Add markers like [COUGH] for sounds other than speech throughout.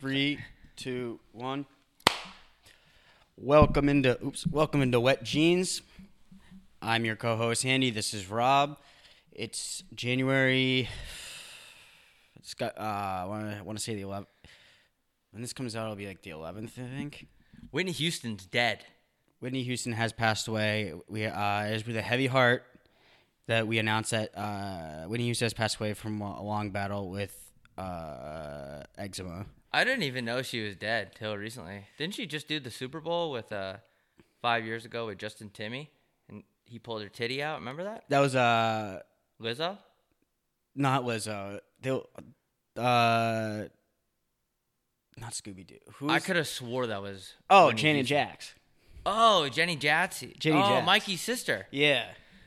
Three, two, one. Welcome into oops. Welcome into Wet Jeans. I'm your co-host Handy. This is Rob. It's January. It's got. Uh, I want to want to say the 11th. When this comes out, it'll be like the 11th, I think. Whitney Houston's dead. Whitney Houston has passed away. We uh, it is with a heavy heart that we announced that uh, Whitney Houston has passed away from a a long battle with uh, eczema. I didn't even know she was dead till recently. Didn't she just do the Super Bowl with uh five years ago with Justin Timmy and he pulled her titty out? Remember that? That was uh Lizzo? not Lizzo. They uh not Scooby Doo. Who I could have swore that was Oh, Whitney Janet Houston. Jax. Oh, Jenny Jatsy. Jenny oh, Jats. Mikey's sister. Yeah.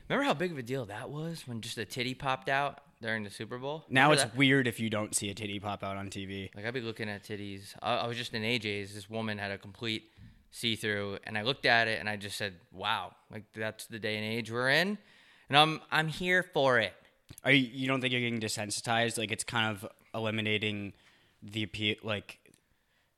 Remember how big of a deal that was when just a titty popped out during the Super Bowl? Now Remember it's that? weird if you don't see a titty pop out on TV. Like I'd be looking at titties. I, I was just in AJ's. This woman had a complete see through, and I looked at it and I just said, "Wow!" Like that's the day and age we're in, and I'm I'm here for it. Are you, you don't think you're getting desensitized? Like it's kind of eliminating the appeal. Like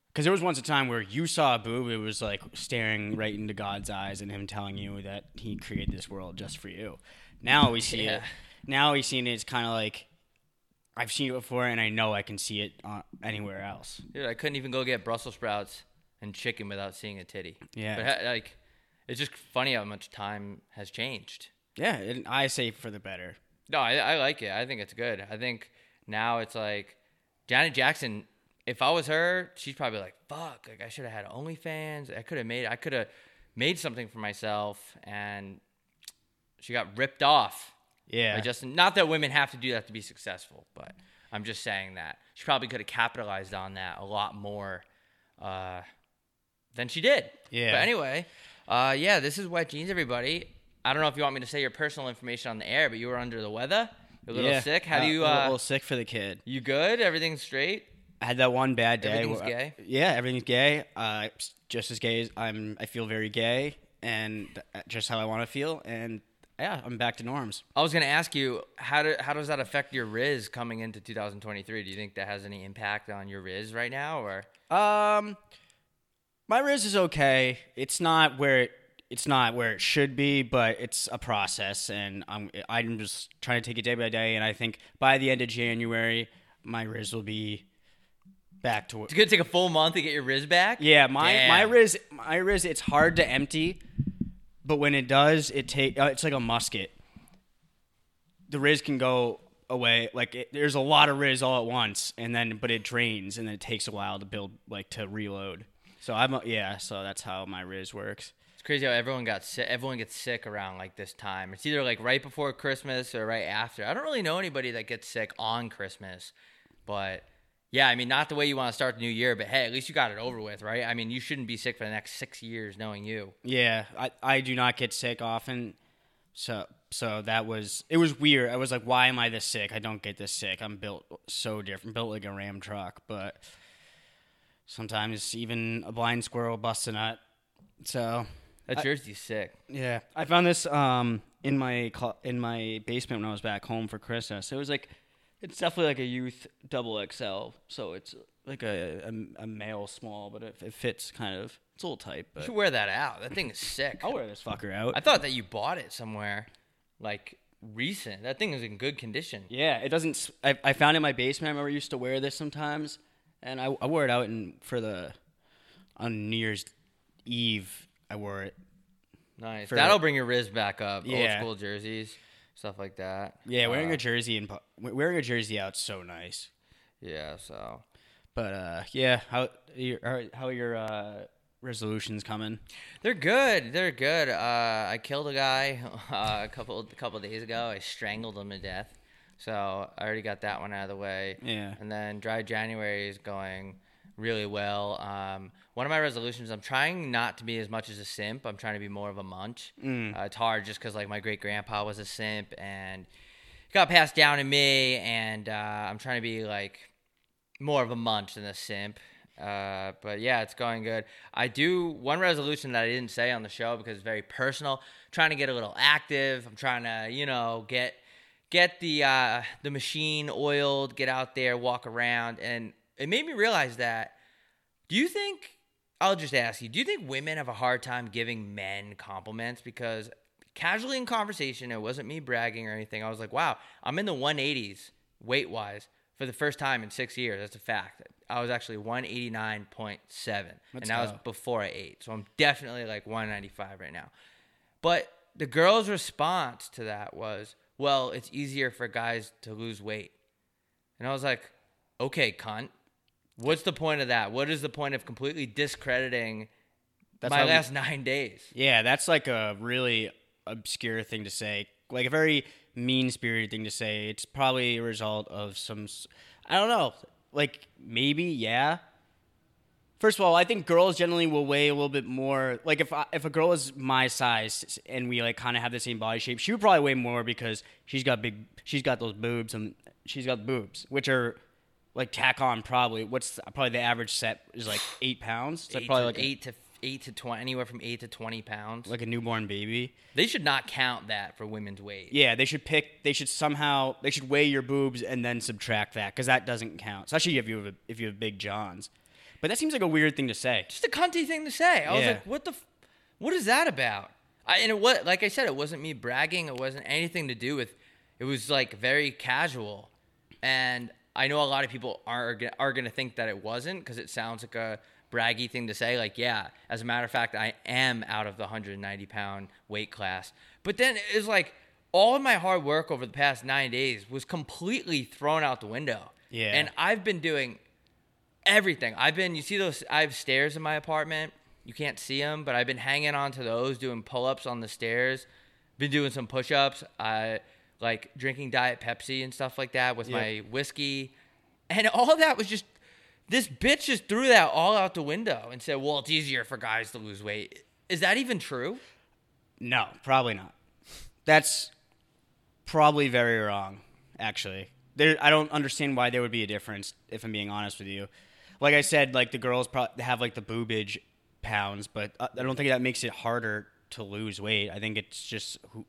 because there was once a time where you saw a boob, it was like staring right into God's eyes and him telling you that he created this world just for you. Now we see it. Yeah. Now we seen it. It's kind of like I've seen it before, and I know I can see it uh, anywhere else. Dude, I couldn't even go get Brussels sprouts and chicken without seeing a titty. Yeah. but ha- like it's just funny how much time has changed. Yeah, and I say for the better. No, I, I like it. I think it's good. I think now it's like Janet Jackson. If I was her, she's probably like, "Fuck! Like I should have had OnlyFans. I could have made. I could have made something for myself." And she got ripped off Yeah. by Justin. Not that women have to do that to be successful, but I'm just saying that she probably could have capitalized on that a lot more uh, than she did. Yeah. But anyway, uh, yeah, this is Wet Jeans, everybody. I don't know if you want me to say your personal information on the air, but you were under the weather. You're a little Yeah. sick. How Uh, do you? A little, Uh, little sick for the kid. you good? Everything's straight? I had that one bad day. Everything's where I- gay? yeah, everything's gay. Uh, s- just as gay as I'm. I feel very gay, and th- uh, just how I want to feel. And yeah, I'm back to norms. I was gonna ask you how do, how does that affect your Riz coming into 2023? Do you think that has any impact on your Riz right now, or Um, my riz is okay. It's not where it, it's not where it should be, but it's a process, and I'm I'm just trying to take it day by day. And I think by the end of January, my riz will be back to it's gonna take a full month to get your Riz back? Yeah, my Damn. my riz my riz it's hard to empty, but when it does, it take uh, it's like a musket. The riz can go away like it, there's a lot of riz all at once, and then but it drains, and then it takes a while to build like to reload. So I'm a, yeah, so that's how my riz works. It's crazy how everyone got sick. Everyone gets sick around like this time. It's either like right before Christmas or right after. I don't really know anybody that gets sick on Christmas, but yeah, I mean, not the way you want to start the new year, but hey, at least you got it over with, right? I mean, you shouldn't be sick for the next six years, knowing you. Yeah, I I do not get sick often, so so that was it was weird. I was like, why am I this sick? I don't get this sick. I'm built so different, built like a ram truck. But sometimes even a blind squirrel busts a nut. So That's yours. You sick. yeah, I found this um in my clo- in my basement when I was back home for Christmas. It was like it's definitely like a youth double XL, so it's like a a, a male small, but it, it fits kind of. It's a little tight, You but should wear that out. That thing is sick. I'll wear this fucker out. I thought that you bought it somewhere like recent. That thing is in good condition. Yeah, it doesn't. s- I, I found it in my basement. I remember I used to wear this sometimes, and I, I wore it out in for the on New Year's Eve. I wore it. Nice. For- That'll bring your Riz back up. Yeah. Old school jerseys, stuff like that. Yeah, wearing Uh, a jersey and wearing a jersey out's so nice. yeah. So But uh, yeah, how your, how- how are your uh, resolutions coming? They're good. They're good. Uh, I killed a guy [LAUGHS] uh, a couple a couple days ago. I strangled him to death. So I already got that one out of the way. Yeah. And then dry January is going really well. Um, one of my resolutions, I'm trying not to be as much as a simp. I'm trying to be more of a munch. Uh, it's hard just because like my great grandpa was a simp and it got passed down to me, and uh, I'm trying to be like more of a munch than a simp. Uh, but yeah, it's going good. I do one resolution that I didn't say on the show because it's very personal. Trying to get a little active. I'm trying to, you know, get get the uh, the machine oiled, get out there, walk around, and it made me realize that Do you think I'll just ask you, do you think women have a hard time giving men compliments because casually in conversation, it wasn't me bragging or anything. I was like, "Wow, I'm in the 180s weight-wise for the first time in 6 years." That's a fact. I was actually 189.7 and Let's that was go. before I ate. So I'm definitely like 195 right now. But the girl's response to that was, "Well, it's easier for guys to lose weight." And I was like, "Okay, cunt. What's the point of that? What is the point of completely discrediting That's my how we- last 9 days?" Yeah, that's like a really obscure thing to say, like a very mean spirited thing to say. It's probably a result of some, s- I don't know, like maybe, yeah. First of all, I think girls generally will weigh a little bit more. Like if I, if a girl is my size and we like kind of have the same body shape, she would probably weigh more because she's got big, she's got those boobs and she's got boobs, which are like tack on probably. What's the- probably the average set is like eight pounds. It's like eight probably to, like a- eight to eight to twenty, anywhere from eight to twenty pounds. like a newborn baby. they should not count that for women's weight. Yeah, they should pick. They should somehow. They should weigh your boobs and then subtract that because that doesn't count. Especially if you have a, if you have big johns. But that seems like a weird thing to say. Just a cunty thing to say. I was Yeah. like, what the, f- what is that about? I, and it was like I said, it wasn't me bragging. It wasn't anything to do with. It was like very casual, and I know a lot of people are go- are gonna think that it wasn't because it sounds like a braggy thing to say. Like, yeah, as a matter of fact, I am out of the 190 pound weight class. But then it's like all of my hard work over the past nine days was completely thrown out the window. Yeah. and I've been doing everything. I've been, you see those, I have stairs in my apartment. You can't see them, but I've been hanging on to those, doing pull ups on the stairs, been doing some push ups. I like drinking Diet Pepsi and stuff like that with my whiskey. And all that was just, this bitch just threw that all out the window and said, well, it's easier for guys to lose weight. Is that even true? No, probably not. That's probably very wrong. Actually, there. I don't understand why there would be a difference. If I'm being honest with you, like I said, like the girls pro- have like the boobage pounds, but uh, I I don't think that makes it harder to lose weight. I think it's just who.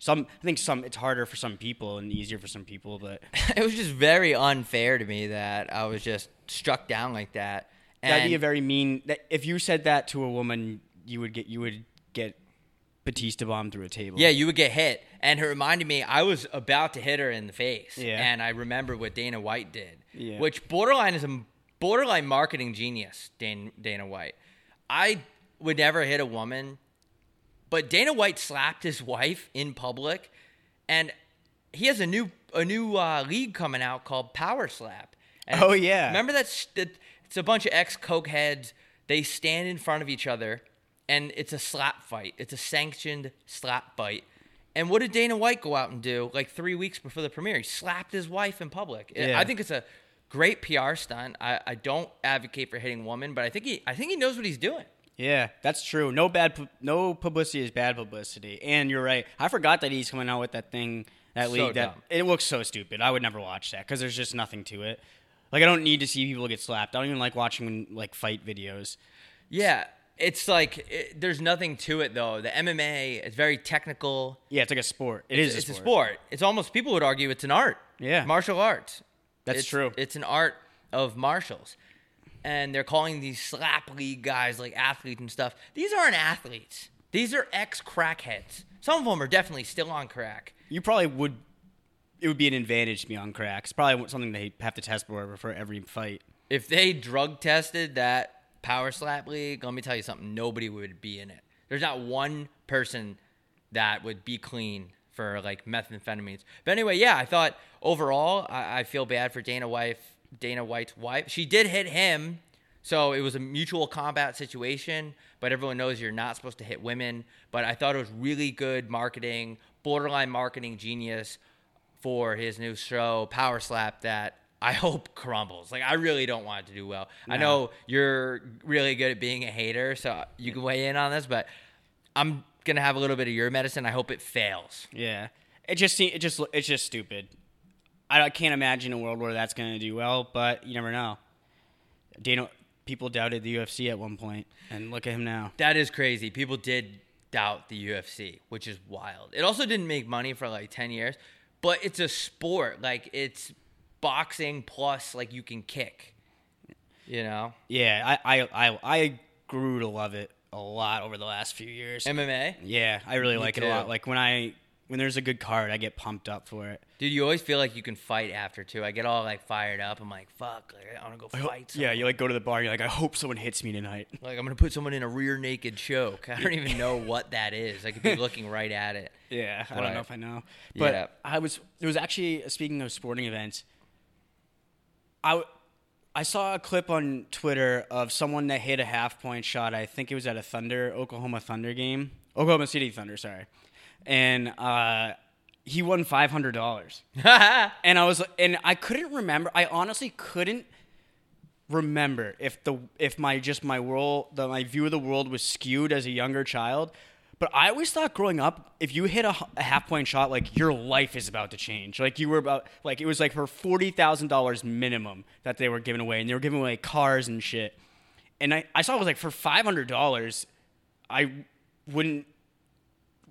Some I think some it's harder for some people and easier for some people, but [LAUGHS] it was just very unfair to me that I was just struck down like that. That'd be a And- very mean. That, if you said that to a woman, you would get you would get Batista bombed through a table. Yeah, you would get hit. And it reminded me, I was about to hit her in the face. Yeah. And I remember what Dana White did, Yeah. which borderline is a borderline marketing genius, Dan, Dana White. I would never hit a woman, but Dana White slapped his wife in public. And he has a new a new uh, league coming out called Power Slap. And Oh, yeah. remember that, sh- that? It's a bunch of ex coke heads. They stand in front of each other, and it's a slap fight. It's a sanctioned slap fight. And what did Dana White go out and do like three weeks before the premiere? He slapped his wife in public. I- Yeah. I think it's a great PR stunt. I, I don't advocate for hitting women, but I think he I think he knows what he's doing. yeah, that's true. No bad, pu- no publicity is bad publicity. And you're right. I forgot that he's coming out with that thing that So league. That dumb. it looks so stupid. I would never watch that because there's just nothing to it. Like I don't need to see people get slapped. I don't even like watching like fight videos. Yeah, it's like it, there's nothing to it though. The MMA is very technical. Yeah, it's like a sport. It is it's, a sport. It's almost people would argue it's an art. Yeah. martial arts. That's It's- true. It's an art of martials, and they're calling these slap league guys like athletes and stuff. These aren't athletes. These are ex crackheads. Some of them are definitely still on crack. You probably would. It would be an advantage to be on crack. It's probably something they have to test for for every fight. If they drug tested that power slap league, let me tell you something. Nobody would be in it. There's not one person that would be clean for like methamphetamines. But anyway, yeah, I thought overall, I, I feel bad for Dana wife, Dana White's wife. She did hit him, so it was a mutual combat situation. But everyone knows you're not supposed to hit women. But I thought it was really good marketing, borderline marketing genius for his new show, Power Slap, that I [LAUGHS] hope crumbles. Like, I really don't want it to do well. I know you're really good at being a hater, so you can weigh in on this, but I'm going to have a little bit of your medicine. I hope it fails. Yeah, it just se- it just it's just stupid. I I can't imagine a world where that's going to do well, but you never know. Dana, people doubted the UFC at one point, and look at him now. That is crazy. People did doubt the UFC, which is wild. It also didn't make money for like 10 years, but it's a sport. Like, it's boxing plus, like, you can kick. You know, Yeah, I, I, I, I grew to love it a lot over the last few years. MMA, yeah, I really like it a too. lot. Like when I when there's a good card, I get pumped up for it. dude. You always feel like you can fight after too. I get all like fired up. I'm like, fuck, like, I want to go fight. Yeah, someone. you like go to the bar. You're like, I hope someone hits me tonight. Like I'm gonna put someone in a rear naked choke. [LAUGHS] I don't even know what that is. I could [LAUGHS] be looking right at it. Yeah, I don't Right. know if I know, but Yeah. I was. There was actually uh, speaking of sporting events. I, w- I saw a clip on Twitter of someone that hit a half point shot. I think it was at a Thunder Oklahoma Thunder game, Oklahoma City Thunder. Sorry, and uh, he won five hundred [LAUGHS] dollars. and I was and I couldn't remember. I honestly couldn't remember if the if my just my world the, my view of the world was skewed as a younger child. But I always thought growing up, if you hit a, h- a half point shot, like your life is about to change. Like you were about like it was like for forty thousand dollars minimum that they were giving away, and they were giving away cars and shit. And I, I saw it was like for five hundred dollars, I wouldn't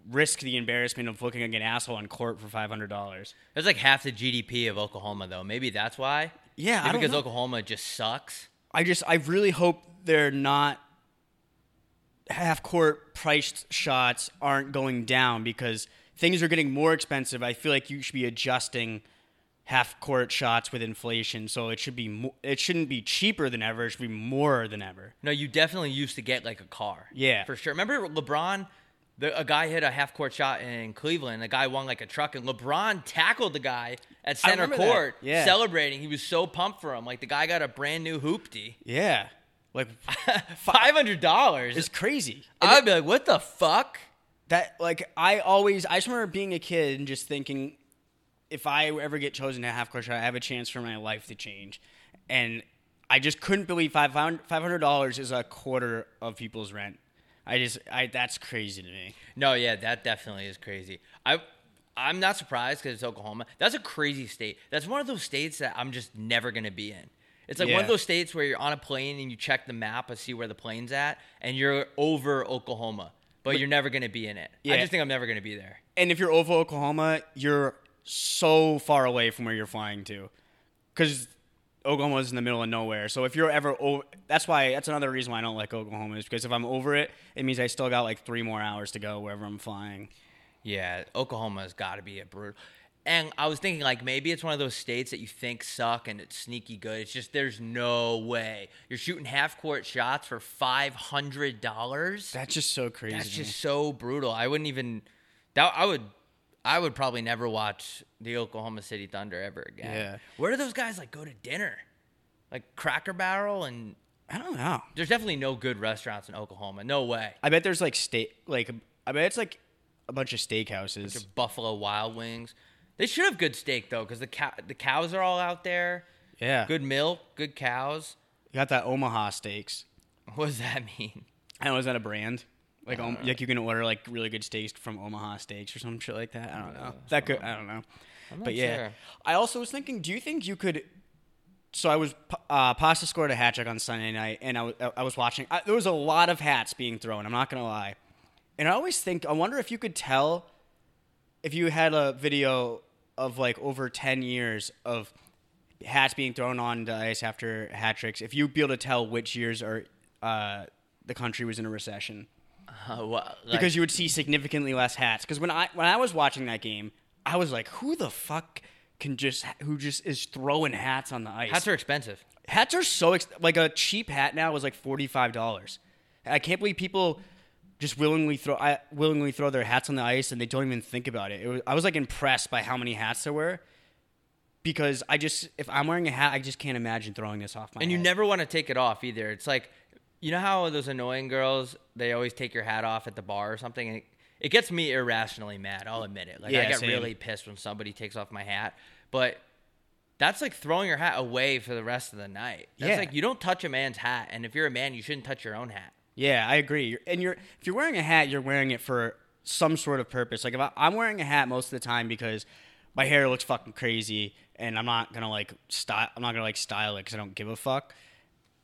risk the embarrassment of looking like an asshole on court for five hundred dollars. That's like half the GDP of Oklahoma, though. Maybe that's why. Yeah, I don't because know. Oklahoma just sucks. I just I really hope they're not half court priced shots aren't going down because things are getting more expensive. I feel like you should be adjusting half court shots with inflation, so it should be mo- it shouldn't be cheaper than ever. It should be more than ever. No, you definitely used to get like a car. Yeah. for sure. Remember LeBron? The, a guy hit a half court shot in Cleveland. The guy won like a truck, and LeBron tackled the guy at center remember that. court, Yeah. celebrating. He was so pumped for him. Like the guy got a brand new hoopty. Yeah, like [LAUGHS] Five hundred dollars. [LAUGHS] it's crazy. I'd be like, what the fuck? That like I always I just remember being a kid and just thinking if I ever get chosen to half court shot, I have a chance for my life to change. And I just couldn't believe five hundred dollars is a quarter of people's rent. I just I that's crazy to me. No, yeah, that definitely is crazy. I I'm not surprised because it's Oklahoma. That's a crazy state. That's one of those states that I'm just never gonna be in. It's like one Yeah. of those states where you're on a plane and you check the map to see where the plane's at, and you're over Oklahoma, but, you're never gonna be in it. Yeah. I just think I'm never gonna be there. And if you're over Oklahoma, you're so far away from where you're flying to, because Oklahoma's in the middle of nowhere. So if you're ever over, that's why that's another reason why I don't like Oklahoma is because if I'm over it, it means I still got like three more hours to go wherever I'm flying. Yeah, Oklahoma's got to be a brutal. And I was thinking, like, maybe it's one of those states that you think suck and it's sneaky good. It's just there's no way you're shooting half court shots for five hundred dollars. That's just so crazy. That's to me. just so brutal. I wouldn't even. That I would. I would probably never watch the Oklahoma City Thunder ever again. Yeah. Where do those guys like go to dinner? Like Cracker Barrel and I don't know. there's definitely no good restaurants in Oklahoma. No way. I bet there's like state like I bet it's like a bunch of steakhouses. Buffalo Wild Wings. They should have good steak though, because the cow the cows are all out there. Yeah. Good. Good milk, good cows. [LAUGHS] You got that Omaha steaks. What does that mean? I don't know, is that a brand? Like, um, like you can order like really good steaks from Omaha Steaks or some shit like that. I don't know. That could I don't know. but not yeah, sure. I also was thinking. Do you think you could? So I was uh, pasta scored a hat trick on Sunday night, and I wa- I was watching. I, there was a lot of hats being thrown. I'm not gonna lie, and I always think I wonder if you could tell if you had a video of like over 10 years of hats being thrown on the ice after hat tricks. If you'd be able to tell which years are uh, the country was in a recession Uh, what, like, because you would see significantly less hats. Because when I when I was watching that game, I was like, who the fuck can just who just is throwing hats on the ice? hats are expensive. Hats are so ex- like a cheap hat now is like forty five dollars. I can't believe people just willingly throw I, willingly throw their hats on the ice and they don't even think about it. it was, I was like impressed by how many hats there were because I just if I'm wearing a hat, I just can't imagine throwing this off my. And you head. never want to take it off either. It's like, you know how those annoying girls, they always take your hat off at the bar or something? And it, it gets me irrationally mad. I'll admit it. Like, I Yeah, get same. really pissed when somebody takes off my hat. But that's like throwing your hat away for the rest of the night. That's Yeah. like, you don't touch a man's hat. And if you're a man, you shouldn't touch your own hat. Yeah, I agree. You're- And you're if you're wearing a hat, you're wearing it for some sort of purpose. Like if I, I'm wearing a hat most of the time because my hair looks fucking crazy, and I'm not gonna like style. I'm not gonna like style it because I don't give a fuck.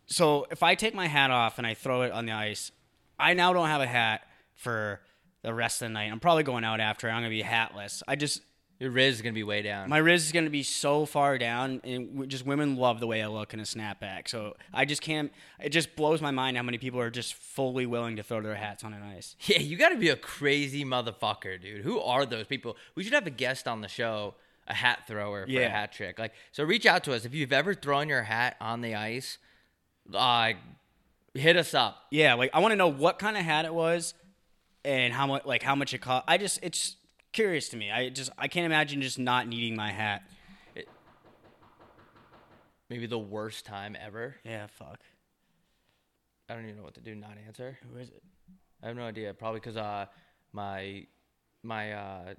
So if I take my hat off and I throw it on the ice, I now don't have a hat for the rest of the night. I'm probably going out after. I'm gonna be hatless. I just Your Riz is gonna be way down. My Riz is going to be so far down, and w- just women love the way I look in a snapback. So I just can't. It just blows my mind how many people are just fully willing to throw their hats on an ice. yeah, you gotta be a crazy motherfucker, dude. Who are those people? We should have a guest on the show, a hat thrower for Yeah. a hat trick. Like, so reach out to us if you've ever thrown your hat on the ice. Uh, hit us up. Yeah, like I want to know what kind of hat it was, and how much, like how much it cost. I just, it's curious to me. I just, I can't imagine just not needing my hat. Maybe the worst time ever. Yeah, fuck. I don't even know what to do. Not answer. Who is it? I have no idea. Probably because uh, my my uh,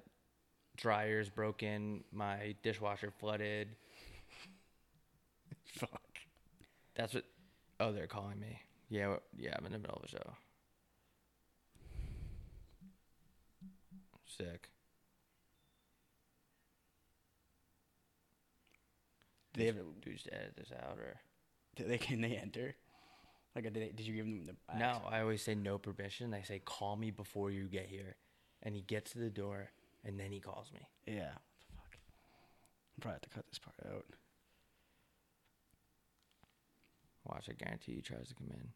dryer's broken. My dishwasher flooded. [LAUGHS] Fuck. That's what. Oh, they're calling me. Yeah, w- yeah. I'm in the middle of a show. Sick. Do they have, Do you just edit this out or? do they can they enter? Like, did, they, did you give them the? No, I always say no permission. I say call me before you get here, and he gets to the door, and then he calls me. Yeah. Fuck. I probably have to cut this part out. Watch, I guarantee he tries to come in.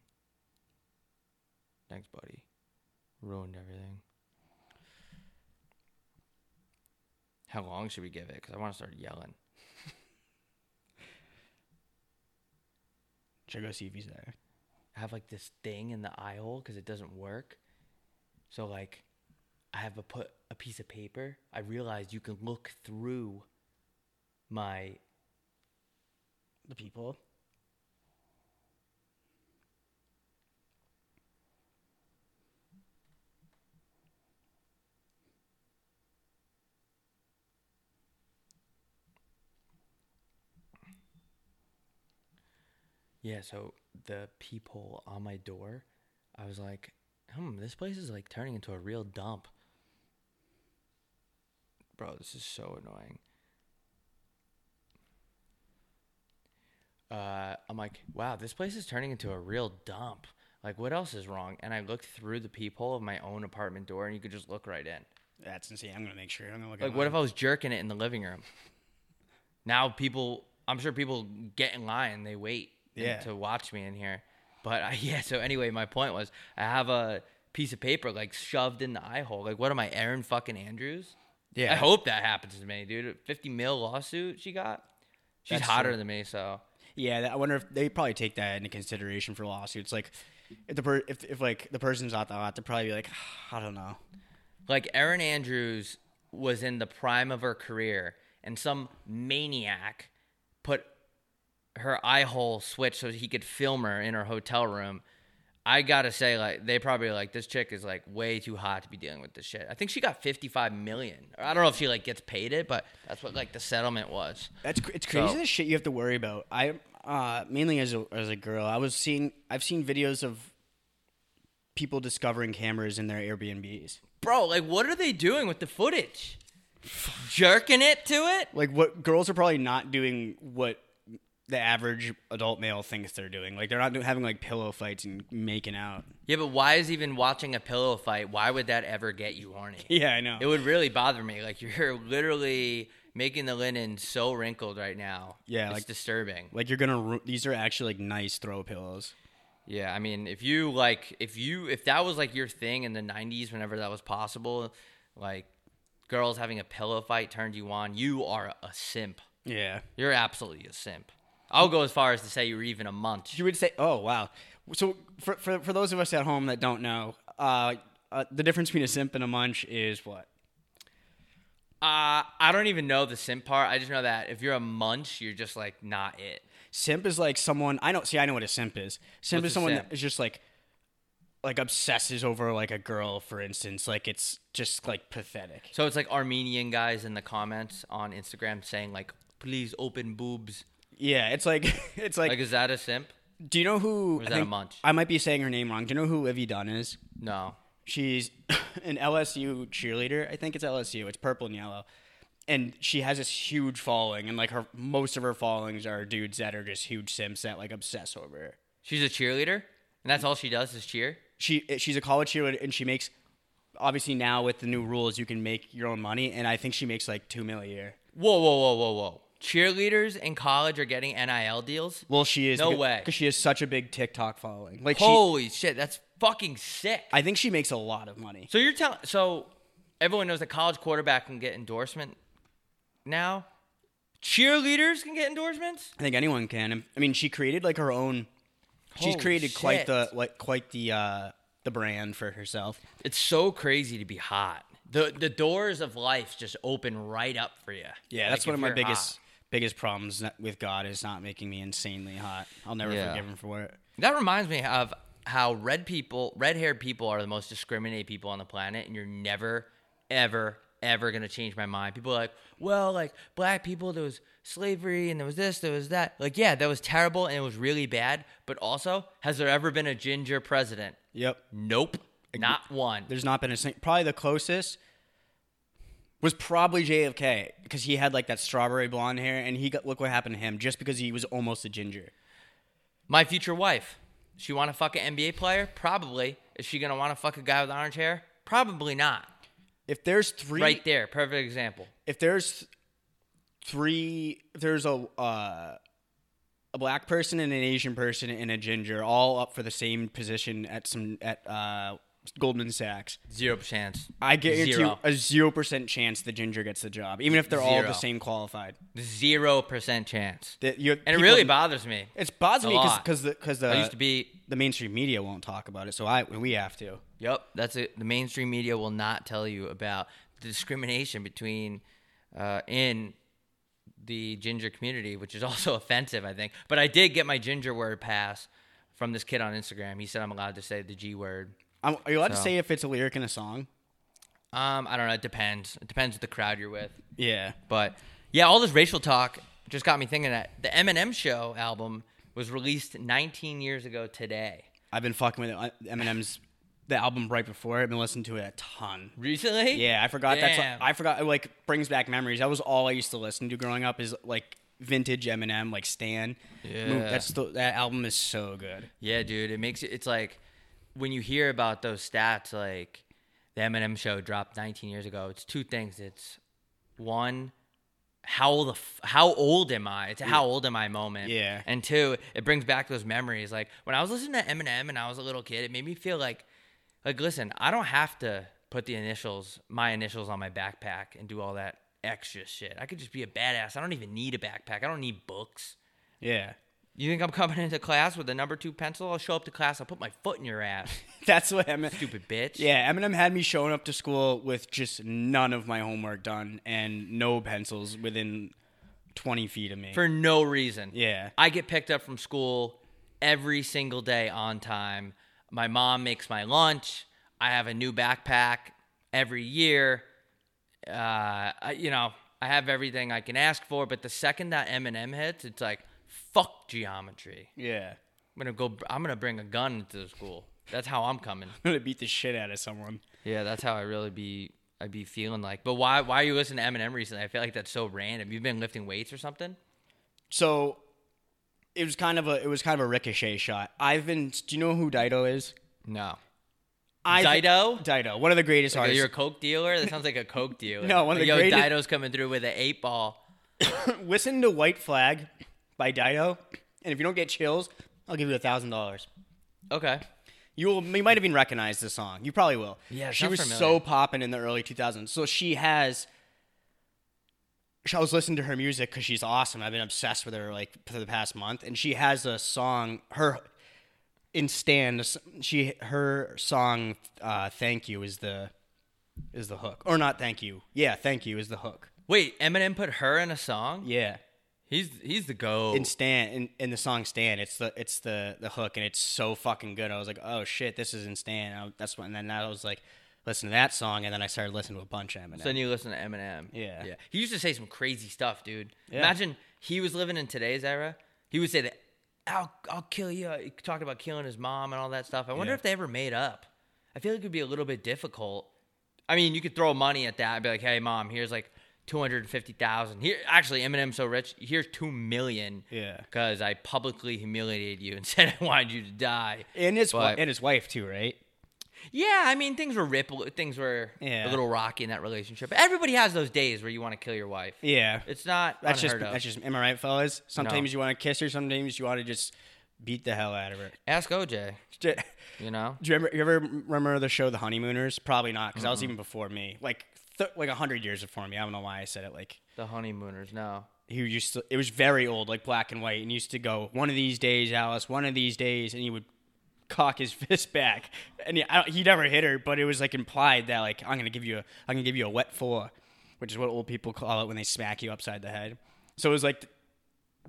Thanks, buddy. Ruined everything. How long should we give it? Because I want to start yelling. Should I go see if he's there? I have like this thing in the eye hole because it doesn't work. So like, I have a put a piece of paper. I realized you can look through my The people. Yeah, so the peephole on my door, I was like, hmm, this place is like turning into a real dump. Bro, this is so annoying. Uh, I'm like, wow, this place is turning into a real dump. Like, what else is wrong? And I looked through the peephole of my own apartment door, and you could just look right in. That's insane. I'm gonna make sure. I'm gonna look. Like, at what mine. if I was jerking it in the living room? Now people, I'm sure people get in line. They wait and- Yeah. to watch me in here. But I, [LAUGHS] yeah, so anyway, my point was I have a piece of paper like shoved in the eye hole. Like, what am I, Aaron fucking Andrews? Yeah. I hope that happens to me, dude. 50 mil lawsuit she got. She's That's hotter true. than me, so Yeah, that, I wonder if they probably take that into consideration for lawsuits. Like, if the per, if, if like the person's not the lot, they'll probably be like, [SIGHS] I don't know. like Erin Andrews was in the prime of her career, and some maniac put her eye hole switch so he could film her in her hotel room. I gotta say, like they probably like this chick is like way too hot to be dealing with this shit. I think she got fifty five million. Or I don't know if she like gets paid it, but that's what like the settlement was. That's cr- it's crazy So- the shit you have to worry about. I uh, mainly as a, as a girl, I was seeing I've seen videos of people discovering cameras in their Airbnbs. Bro, like what are they doing with the footage? Jerking it to it? Like, what girls are probably not doing what the average adult male thinks they're doing. Like, they're not do- having like pillow fights and making out. [LAUGHS] Yeah, but why is even watching a pillow fight? Why would that ever get you horny? Yeah, I know. It would really bother me. Like [LAUGHS] you're literally making the linen so wrinkled right now. Yeah, it's like- disturbing. like you're gonna. Ru- these are actually like nice throw pillows. Yeah, I mean, if you like, if you if that was like your thing in the '90s, whenever that was possible, like girls having a pillow fight turned you on, you are a simp. Yeah. You're absolutely a simp. I'll go as far as to say you're even a munch. You would say, "Oh wow." So for for for those of us at home that don't know, uh, uh the difference between a simp and a munch is what? Uh, I don't even know the simp part. I just know that if you're a munch, you're just like not it. Simp is like someone I know. See, I know what a simp is. Simp is What's a someone simp? that is just like like obsesses over like a girl, for instance. Like it's just like pathetic. So it's like Armenian guys in the comments on Instagram saying like, "Please open boobs." Yeah, it's like [LAUGHS] it's like. Like, is that a simp? do you know who? I that a think- munch? I might be saying her name wrong. Do you know who Livy Dunn is? No. She's [LAUGHS] an LSU cheerleader. I think it's LSU. It's purple and yellow. And she has this huge following, and like her most of her followings are dudes that are just huge simps that like obsess over her. She's a cheerleader, and that's all she does is cheer. She she's a college cheerleader, and she makes obviously now with the new rules, you can make your own money, and I think she makes like two mil a year. Whoa, whoa, whoa, whoa, whoa. Cheerleaders in college are getting NIL deals? Well, she is No because, way. because she has such a big TikTok following. Like she, Holy shit, that's fucking sick. I think she makes a lot of money. So you're telling so everyone knows that college quarterback can get endorsement now. Cheerleaders can get endorsements. I think anyone can. I mean, she created like her own. She's Holy created quite shit. the like quite the uh the brand for herself. It's so crazy to be hot. The the doors of life just open right up for you. Yeah, Like, that's one if of my you're biggest hot. biggest problems not- with God is not making me insanely hot. I'll never Yeah. forgive him for it. That reminds me of how red people, red haired people are the most discriminated people on the planet, and you're never, ever, ever gonna change my mind. People are like, well, like black people, there was slavery and there was this, there was that. Like, yeah, that was terrible and it was really bad. But also, has there ever been a ginger president? Yep. Nope. Not one. There's not been a sing- probably the closest was probably JFK because he had like that strawberry blonde hair and he got look what happened to him just because he was almost a ginger. My future wife, she wanna fuck an NBA player? Probably. Is she gonna wanna fuck a guy with orange hair? Probably not. If there's three Right there, perfect example. if there's three if there's a uh, a black person and an Asian person and a ginger all up for the same position at some at uh, Goldman Sachs. Zero chance. I guarantee you Zero. a zero percent chance the ginger gets the job, even if they're all the Zero. same qualified. zero percent chance. That you And people- it really bothers me. it's bothers a me because lot. because the because I the, used to be. the mainstream media won't talk about it, so I we have to. Yep, that's it. The mainstream media will not tell you about the discrimination between uh, in the ginger community, which is [LAUGHS] also offensive, I think. But I did get my ginger word pass from this kid on Instagram. He said I'm allowed to say the G word. I'm, are you allowed to So- say if it's a lyric in a song? Um, I don't know. It depends. It depends what the crowd you're with. Yeah, But yeah, all this racial talk just got me thinking that the Eminem Show album was released 19 years ago today. I've been fucking with it. Eminem's the album right before. it. I've been listening to it a ton. Recently? Yeah, I forgot. That's Damn. I forgot. It, like brings back memories. That was all I used to listen to growing up. Is like vintage Eminem, like Stan. Yeah. that's the, that album is so good. Yeah, dude, it makes it. It's like when you hear about those stats, like the Eminem show dropped 19 years ago. It's two things. It's one, how the f- how old am I? It's a how old am I moment. Yeah. And two, it brings back those memories. Like when I was listening to Eminem and I was a little kid, it made me feel like, like listen, I don't have to put the initials, my initials, on my backpack and do all that extra shit. I could just be a badass. I don't even need a backpack. I don't need books. Yeah, [LAUGHS] You think I'm coming into class with a number two pencil? I'll show up to class. I'll put my foot in [LAUGHS] your ass, that's what Eminem. stupid bitch. Yeah, Eminem had me showing up to school with just none of my homework done and no pencils within 20 feet of me. For no reason. yeah. I get picked up from school every single day on time. My mom makes my lunch. I have a new backpack every year. Uh, I, you know, I have everything I can ask for. But the second that Eminem hits, it's like, fuck geometry. Yeah. [LAUGHS] I'm gonna go. I'm gonna bring a gun to the school. That's how I'm coming. I'm going to beat the shit out of someone. Yeah, that's how I really be I be feeling like. But why why are you listening to Eminem recently? I feel like that's so random. You've been lifting weights or something? So it was kind of a it was kind of a ricochet shot. I've been do you know who Dido is? No. I Dido? Dido, one of the greatest Are artists. you a coke dealer? That sounds like a [LAUGHS] coke dealer. No, one of the Yo, greatest- Dido's coming through with an eight ball. Listen to White Flag by Dido, and if you don't get chills, I'll give you a thousand dollars. Okay. You will, you might have even recognized the song. You probably will. Yeah, it she sounds was familiar. so popping in the early 2000s. So she has. I was listening to her music because she's awesome. I've been obsessed with her like for the past month, and she has a song. Her in stand, she her song uh, "Thank You" is the is the hook, or not "Thank You." Yeah, "Thank You" is the hook. Wait, Eminem put her in a song? Yeah, He's he's the go. in stand in, in the song "Stand," it's the it's the the hook, and it's so fucking good. I was like, oh shit, this is in stand. I, that's when, and then I was like, listen to that song, and then I started listening to a bunch of Eminem. So then you listen to Eminem. Yeah. Yeah. He used to say some crazy stuff, dude. Imagine he was living in today's era. He would say that I'll I'll kill you. He talked about killing his mom and all that stuff. I wonder Yeah. if they ever made up. I feel like it would be a little bit difficult. I mean, you could throw money at that. I'd be like, hey mom, here's like two hundred and fifty thousand. Here actually Eminem's so rich, here's two million. Yeah. Cause I [LAUGHS] publicly humiliated you and said I wanted you to die. and his wi- But- and his wife too, right? Yeah, I mean things were ripple things were Yeah. a little rocky in that relationship. Everybody has those days where you want to kill your wife. Yeah. It's not That's unheard just of. that's just am I right, fellas? Sometimes you want to kiss her, sometimes you want to just beat the hell out of [LAUGHS] her. Ask OJ, Do you know? you, remember, you ever remember the show The Honeymooners? Probably not, because that was even before me, like th- like hundred years before me. I don't know why I said it. Like The honeymooners, no. he used to, it was very old, like black and white, and used to go one of these days, Alice, one of these days, and he would cock his [LAUGHS] fist back, and he, I don't, he never hit her, but it was like implied that like I'm gonna give you a I'm gonna give you a wet four, which is what old people call it when they smack you upside the head. So it was like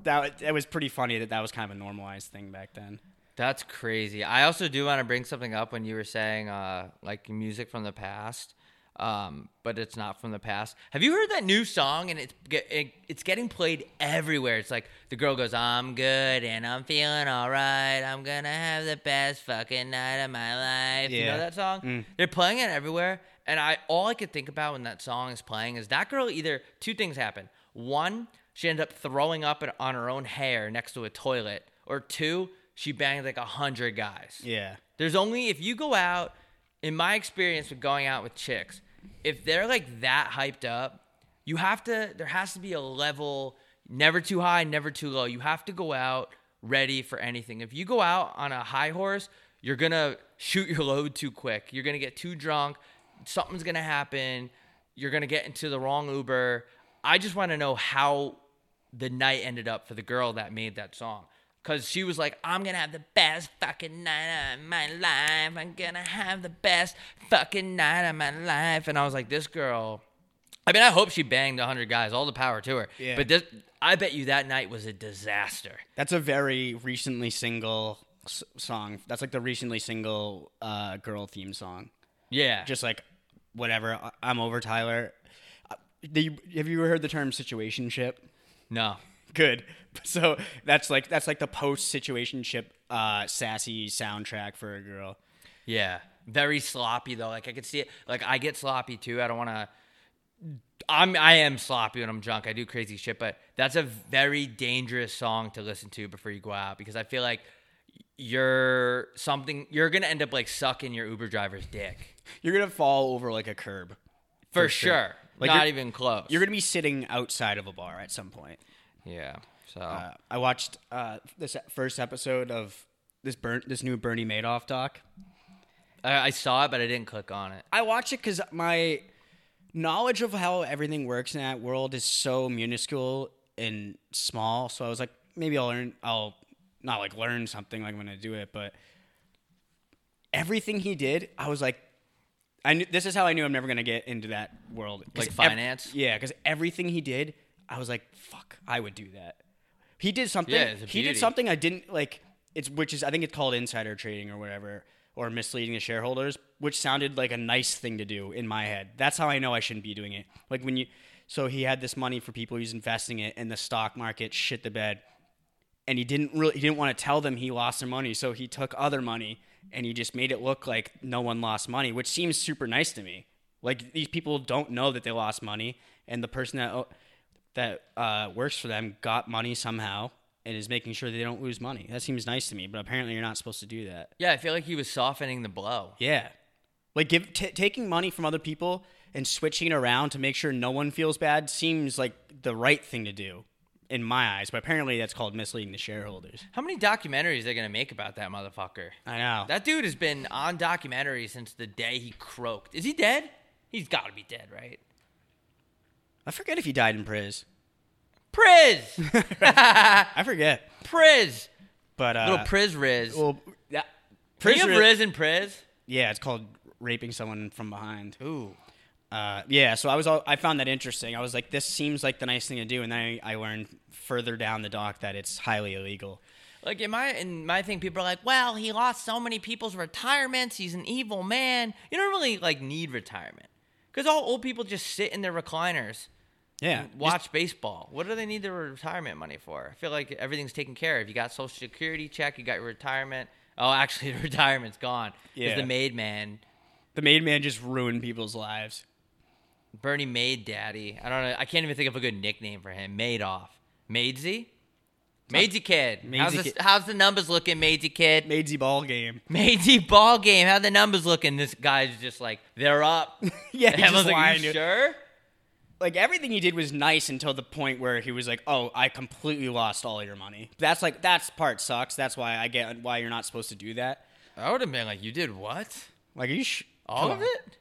that. It was pretty funny that that was kind of a normalized thing back then. That's crazy. I also do want to bring something up when you were saying uh like music from the past. Um, but it's not from the past. Have you heard that new song? And it's get, it, it's getting played everywhere. It's like the girl goes, "I'm good and I'm feeling all right. I'm gonna have the best fucking night of my life." You Yeah. know that song? They're playing it everywhere, and I all I could think about when that song is playing is that girl. Either two things happen: one, she ended up throwing up it- on her own hair next to a toilet, or two, she banged like a hundred guys. Yeah, There's only if you go out. In my experience with going out with chicks, if they're like that hyped up, you have to. There has to be a level, never too high, never too low. You have to go out ready for anything. If you go out on a high horse, you're gonna shoot your load too quick. You're gonna get too drunk. Something's gonna happen. You're gonna get into the wrong Uber. I just want to know how the night ended up for the girl that made that song. Cause she was like, I'm gonna have the best fucking night of my life. I'm gonna have the best fucking night of my life. And I was like, this girl. I mean, I hope she banged 100 guys. All the power to her. Yeah. But this, I bet you that night was a disaster. that's a very recently single s- song. That's like the recently single uh, girl theme song. Yeah. just like whatever I- i'm over tyler Uh, the, have you ever heard the term situationship no. good [LAUGHS] so that's like that's like the post situationship uh sassy soundtrack for a girl Yeah. Very sloppy though. Like I could see it. Like I get sloppy too. I don't want to. I'm I am sloppy when I'm drunk. I do crazy shit, but that's a very dangerous song to listen to before you go out because I feel like you're something you're gonna end up like sucking your Uber driver's dick you're gonna fall over like a curb for, sure. sure. Like, Not you're- even close. you're gonna be sitting outside of a bar at some point yeah. So uh, i watched uh this first episode of this burn this new bernie madoff doc I, I saw it, but I didn't click on it. I watch it because my knowledge of how everything works in that world is so minuscule and small. So I was like, maybe I'll learn. I'll not like learn something like when I do it, but everything he did, I was like, I knew this is how I knew I'm never gonna get into that world. 'Cause Like ev- finance? yeah, because everything he did, I was like, fuck, I would do that. He did something. Yeah, it's a he did beauty. something I didn't like. It's which is I think it's called insider trading or whatever, or misleading the shareholders, which sounded like a nice thing to do in my head. That's how I know I shouldn't be doing it. Like when you, so he had this money for people he's investing it, and the stock market shit the bed, and he didn't really he didn't want to tell them he lost their money, so he took other money and he just made it look like no one lost money, which seems super nice to me. Like these people don't know that they lost money, and the person that o- that uh, works for them got money somehow and is making sure they don't lose money. That seems nice to me, but apparently you're not supposed to do that. Yeah, I feel like he was softening the blow. Yeah, like give t- taking money from other people and switching it around to make sure no one feels bad seems like the right thing to do in my eyes. But apparently that's called misleading the shareholders. How many documentaries are they gonna make about that motherfucker? I know. That dude has been on documentary since the day he croaked. Is he dead? He's got to be dead, right? I forget if he died in Priz. Priz, I forget. Priz, But uh, little Priz Riz. Well, yeah, Priz Priz- you have Riz and Priz. Yeah, it's called raping someone from behind. Ooh, Uh, yeah, so I was all, I found that interesting. I was like, this seems like the nice thing to do, and then I, I learned further down the dock that it's highly illegal. like in my in my thing, people are like, "Well, he lost so many people's retirements. He's an evil man." You don't really like need retirement because all old people just sit in their recliners, Yeah, watch baseball. What do they need their retirement money for? I feel like everything's taken care of. You got Social Security check. You got your retirement. Oh, actually, [LAUGHS] the retirement's gone. 'cause Yeah. the maid man Just- the maid man just ruined people's lives. Bernie Maid Daddy. I don't know. I can't even think of a good nickname for him. Madoff. Maidsy? Maisie Kid. how's, Maisie this- Kid. how's the numbers looking, Maisie Kid? Maidsy ball game. [LAUGHS] Maisie ball game. How the numbers looking? This guy's just like they're up. [LAUGHS] Yeah, And he's [LAUGHS] I just was like, lying, you dude. sure? Like everything he did was nice until the point where he was like, "Oh, I completely lost all your money." That's like that's part sucks. That's why I get why you're not supposed to do that. I would have been like, you did what? Like are you sh- All come of on. it?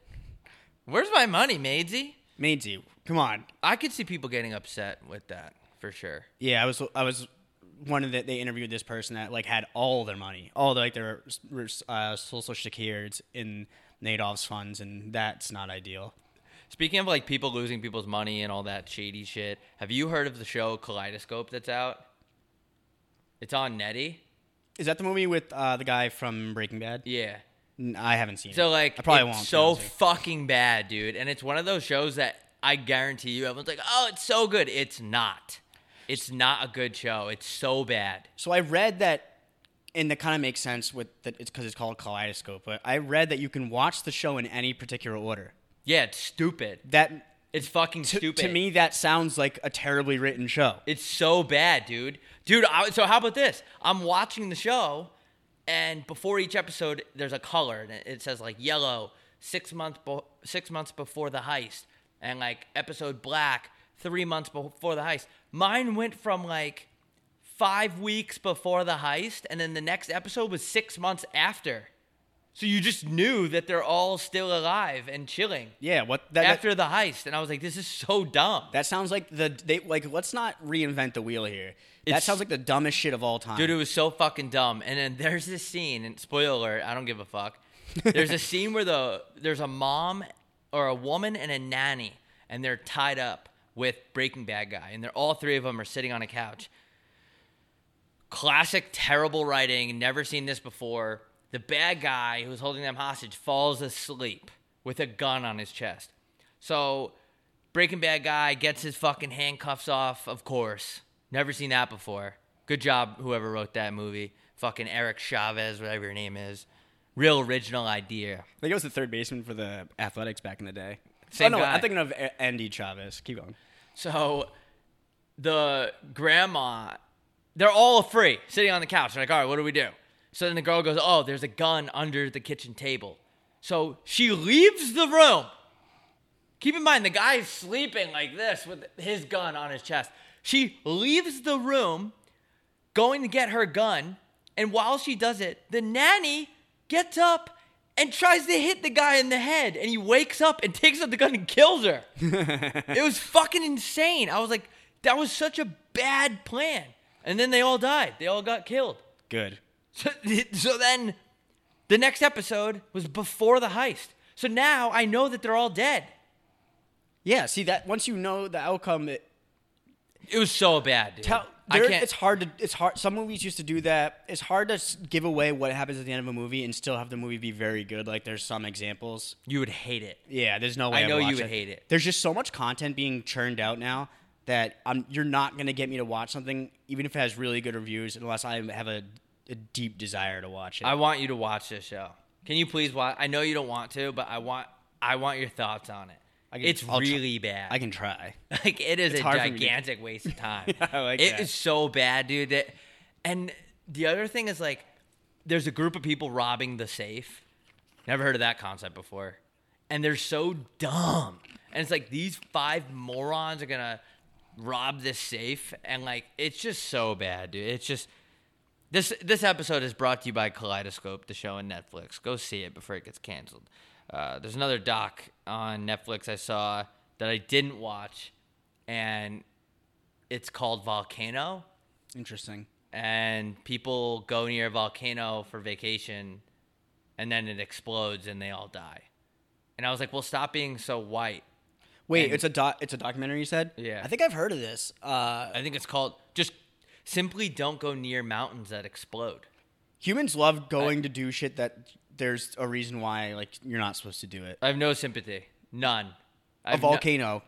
Where's my money, Maisie? Maidsy, come on. I could see people getting upset with that for sure. Yeah, I was I was one of the they interviewed this person that like had all their money, all the, like their uh, social securities in Nadov's funds, and that's not ideal. Speaking of like people losing people's money and all that shady shit, have you heard of the show Kaleidoscope that's out? It's on Netty. Is that the movie with uh, the guy from Breaking Bad? Yeah. N- I haven't seen it. So like I probably it's won't. to be so honest with you. fucking bad, dude. And it's one of those shows that I guarantee you everyone's like, "Oh, it's so good." It's not. It's not a good show. It's so bad. So I read that, and that kind of makes sense with that. It's because it's called Kaleidoscope. But I read that you can watch the show in any particular order. Yeah, it's stupid. That It's fucking to, stupid. to me that sounds like a terribly written show. It's so bad, dude. Dude, I, so how about this? I'm watching the show, and before each episode, there's a color, and it- it says like yellow six months be- six months before the heist, and like episode black three months before the heist. Mine went from like five weeks before the heist, and then the next episode was six months after. So you just knew that they're all still alive and chilling yeah. What that, that- after the heist, and I was like, this is so dumb. That sounds like the they like let's not reinvent the wheel here. that It's- sounds like the dumbest shit of all time. Dude, it was so fucking dumb. And then there's this scene, and spoiler alert, I don't give a fuck. There's a scene where the there's a mom or a woman and a nanny, and they're tied up with Breaking Bad guy, and they're all three of them are sitting on a couch. Classic terrible writing, never seen this before. The bad guy who's holding them hostage falls asleep with a gun on his chest. So Breaking Bad guy gets his fucking handcuffs off, of course. Never seen that before. Good job, whoever wrote that movie. Fucking Eric Chavez, whatever your name is. Real original idea. I think it was the third baseman for the Athletics back in the day. Same oh, no, guy. I'm thinking of A- Andy Chavez. Keep going. So the grandma, they're all free, sitting on the couch. They're like, all right, what do we do? So then the girl goes, oh, there's a gun under the kitchen table. So she leaves the room. Keep in mind, the guy is sleeping like this with his gun on his chest. She leaves the room, going to get her gun. And while she does it, the nanny gets up and tries to hit the guy in the head. And he wakes up and [LAUGHS] takes out the gun and kills her. It was fucking insane. I was like, that was such a bad plan. And then they all died. They all got killed. [LAUGHS] Good. So, so then the next episode was before the heist. So now I know that they're all dead. Yeah. See that once you know the outcome, it, It was so bad, dude. tell, I there- can't. it's hard to it's hard. Some movies used to do that. It's hard to s- give away what happens at the end of a movie and still have the movie be very good. Like there's some examples. you would hate it. Yeah, there's no way. I I'd know you watch would hate it. There's just so much content being churned out now that I'm, you're not gonna get me to watch something, even if it has really good reviews, unless I have a, a deep desire to watch it. I want you to watch this show. Can you please watch? I know you don't want to, but I want. I want your thoughts on it. can- it's I'll try- really bad. I can try. [LAUGHS] Like it is a hard for me to- gigantic waste of time. [LAUGHS] Yeah, I like It that. is so bad, dude. That, and the other thing is like, there's a group of people robbing the safe. Never heard of that concept before, and they're so dumb. And it's like these five morons are gonna rob this safe, and like it's just so bad, dude. It's just this this episode is brought to you by Kaleidoscope, the show on Netflix. Go see it before it gets canceled. Uh, there's another doc on Netflix I saw that I didn't watch, and it's called Volcano. Interesting. And people go near a volcano for vacation, and then it explodes and they all die. And I was like, well, stop being so white. Wait, And- it's a doc, it's a documentary. You said. Yeah. I think I've heard of this. Uh, I think it's called just simply don't go near mountains that explode. humans love going to do shit that there's a reason why like you're not supposed to do it. I have no sympathy, none. A I've no- volcano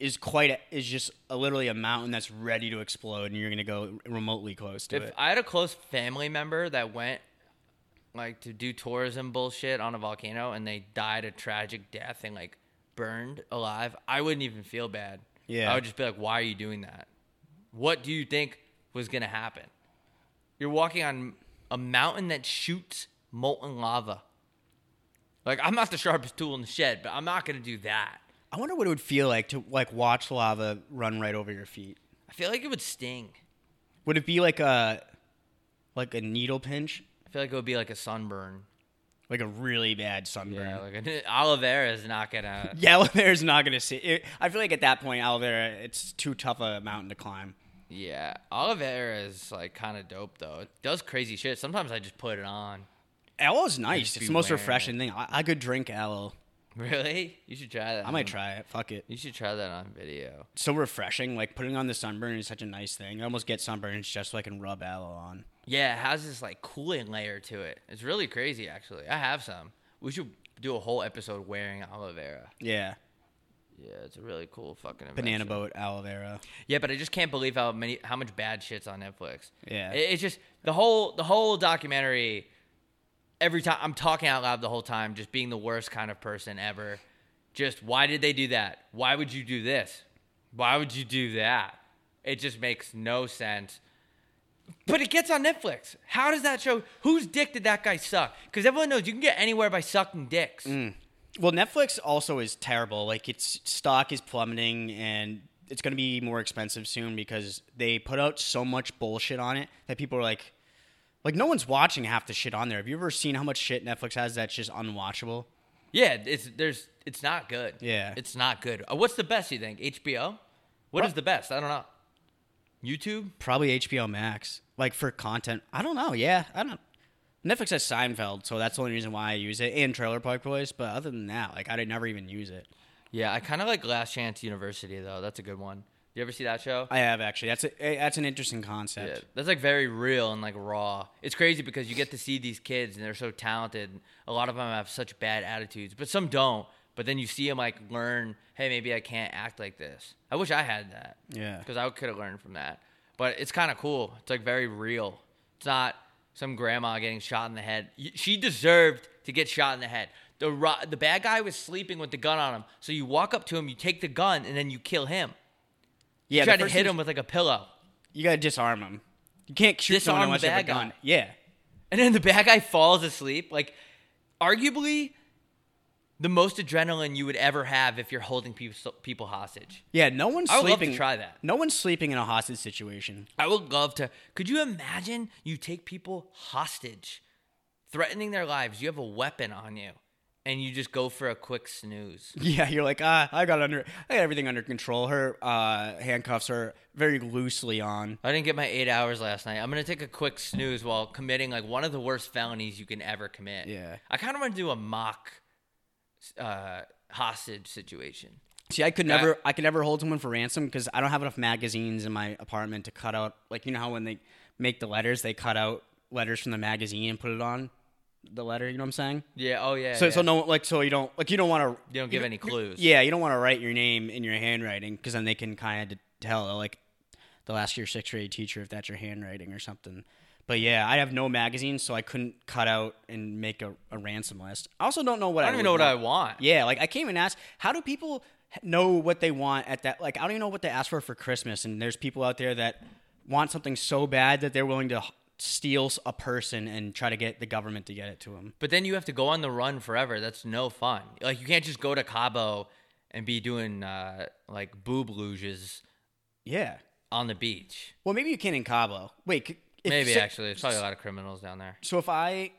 is quite a, is just a, literally a mountain that's ready to explode, and you're gonna go remotely close to if it. I had a close family member that went like to do tourism bullshit on a volcano and they died a tragic death and like burned alive, I wouldn't even feel bad. Yeah. I would just be like, why are you doing that? What do you think was going to happen. You're walking on a mountain that shoots molten lava. Like I'm not the sharpest tool in the shed, but I'm not going to do that. I wonder what it would feel like to like watch lava run right over your feet. I feel like it would sting. Would it be like a like a needle pinch, I feel like it would be like a sunburn. like a really bad sunburn? Yeah, like [LAUGHS] an, Oliveira is not gonna. [LAUGHS] Yeah, Oliveira's not going to see. It, I feel like at that point, Oliveira, it's too tough a mountain to climb. Yeah, Oliveira is like kind of dope though. It does crazy shit. Sometimes I just put it on. [LAUGHS] Aloe's nice. just It's be the most wearing refreshing thing. I, I could drink aloe. Really? You should try that. I might try it. Fuck it. You should try that on video. It's so refreshing. Like putting on the sunburn is such a nice thing. I almost get sunburns just so I can rub aloe on. Yeah, it has this like cooling layer to it. It's really crazy actually. I have some. We should do a whole episode wearing Oliveira. Yeah, Yeah, it's a really cool fucking invention. banana boat aloe vera. Yeah, but I just can't believe how many how much bad shit's on Netflix. Yeah. It- it's just the whole the whole documentary. Every time I'm talking out loud the whole time, just being the worst kind of person ever. Just why did they do that? Why would you do this? Why would you do that? It just makes no sense. But it gets on Netflix. How does that show? Whose dick did that guy suck? Because everyone knows you can get anywhere by sucking dicks. Well, Netflix also is terrible. Like its stock is plummeting, and it's going to be more expensive soon because they put out so much bullshit on it that people are like, like no one's watching half the shit on there. Have you ever seen how much shit Netflix has that's just unwatchable? Yeah, it's there's it's not good. Yeah. it's not good. Uh, What's the best you think? HBO. What is the best? I don't know. YouTube. Probably HBO Max. Like for content, I don't know. Yeah, I don't. Netflix has Seinfeld, so that's the only reason why I use it, and Trailer Park Boys. But other than that, like I'd never even use it. Yeah, I kind of like Last Chance University though. That's a good one. You ever see that show? I have actually. That's a, eh, that's an interesting concept. Yeah, that's like very real and like raw. It's crazy because you get to see these kids and they're so talented. A lot of them have such bad attitudes, but some don't. But then you see them like learn, hey, maybe I can't act like this. I wish I had that. Yeah. Because I could have learned from that. But it's kind of cool. It's like very real. It's not some grandma getting shot in the head. Y- She deserved to get shot in the head. The, ro- the bad guy was sleeping with the gun on him. So you walk up to him, you take the gun, and then you kill him. Yeah, you the try to first hit thing- him with like a pillow. You gotta disarm him. You can't shoot someone Disarm unless the you have a bad gun. guy. Yeah, And then the bad guy falls asleep. Like, arguably, the most adrenaline you would ever have if you're holding people, people hostage. yeah. No one's I would love to sleeping. try that. No one's sleeping in a hostage situation. [LAUGHS] I would love to. Could you imagine you take people hostage, threatening their lives? You have a weapon on you, and you just go for a quick snooze. Yeah, you're like, ah, I got under, I got everything under control. Her uh, handcuffs are very loosely on. I didn't get my eight hours last night. I'm gonna take a quick snooze while committing like one of the worst felonies you can ever commit. Yeah. I kind of want to do a mock uh, hostage situation. See, I could That- never, I could never hold someone for ransom because I don't have enough magazines in my apartment to cut out. Like you know how when they make the letters, they cut out letters from the magazine and put it on the letter. You know what I'm saying? Yeah. Oh yeah. So, yeah. so no, like, so you don't, like, you don't want to, You don't give any clues. Yeah, you don't want to write your name in your handwriting because then they can kind of tell, like, the last year sixth grade teacher if that's your handwriting or something. But yeah, I have no magazines, so I couldn't cut out and make a, a ransom list. I also don't know what I, I don't even would know what I want. want. Yeah, like I can't even ask. How do people h- know what they want at that? Like I don't even know what they ask for for Christmas. And there's people out there that want something so bad that they're willing to h- steal s- a person and try to get the government to get it to them. But then you have to go on the run forever. That's no fun. Like you can't just go to Cabo and be doing uh, like boob luges Yeah. on the beach. Well, maybe you can in Cabo. Wait. c- If, Maybe so- actually, there's probably a lot of criminals down there. So if I,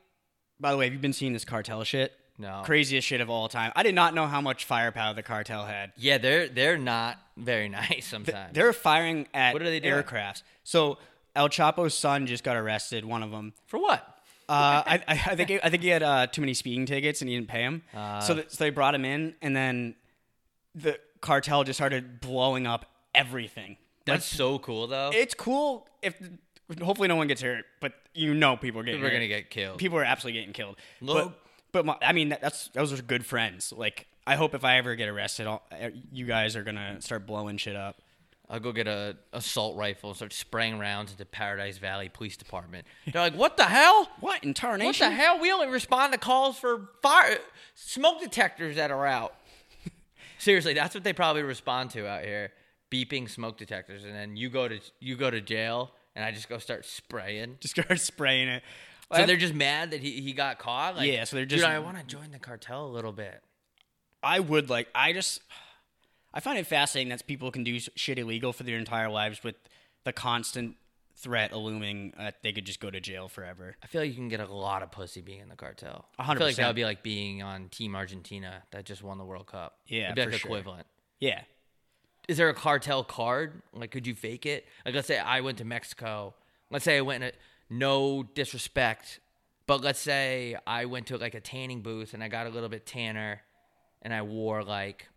by the way, have you been seeing this cartel shit? No. Craziest shit of all time. I did not know how much firepower the cartel had. Yeah, they're they're not very [LAUGHS] nice sometimes. They're firing at What are they doing? aircrafts. So El Chapo's son just got arrested. One of them. For what? Uh, I, I I think he, I think he had uh, too many speeding tickets and he didn't pay him. Uh. so, th- so they brought him in, and then the cartel just started blowing up everything. That's so cool though. It's cool if hopefully no one gets hurt, but you know people are getting We're hurt. gonna get killed. people are absolutely getting killed. Look- But but my, I mean that, that's those are good friends. Like I hope if I ever get arrested, I'll, uh, you guys are gonna start blowing shit up. I'll go get a assault rifle and start spraying rounds into Paradise Valley Police Department. They're like, "What the hell? What in What the tarnation? hell? We only respond to calls for fire smoke detectors that [LAUGHS] are out. Seriously, that's what they probably respond to out here. Beeping smoke detectors and then you go to you go to jail and I just go start spraying. Just start [LAUGHS] spraying it. So they're just mad that he, he got caught. Like, Yeah, so they're dude. just- I want to join the cartel a little bit. I would like. I just. I find it fascinating that people can do s- shit illegal for their entire lives with the constant threat looming that they could just go to jail forever. I feel like you can get a lot of pussy being in the cartel. A I hundred feel like that percent. would be like being on Team Argentina that just won the World Cup. Yeah, It'd be like for sure. equivalent. Yeah. Is there a cartel card? Like, could you fake it? Like, let's say I went to Mexico. Let's say I went. In a, no disrespect, but let's say I went to like a tanning booth and I got a little bit tanner, and I wore like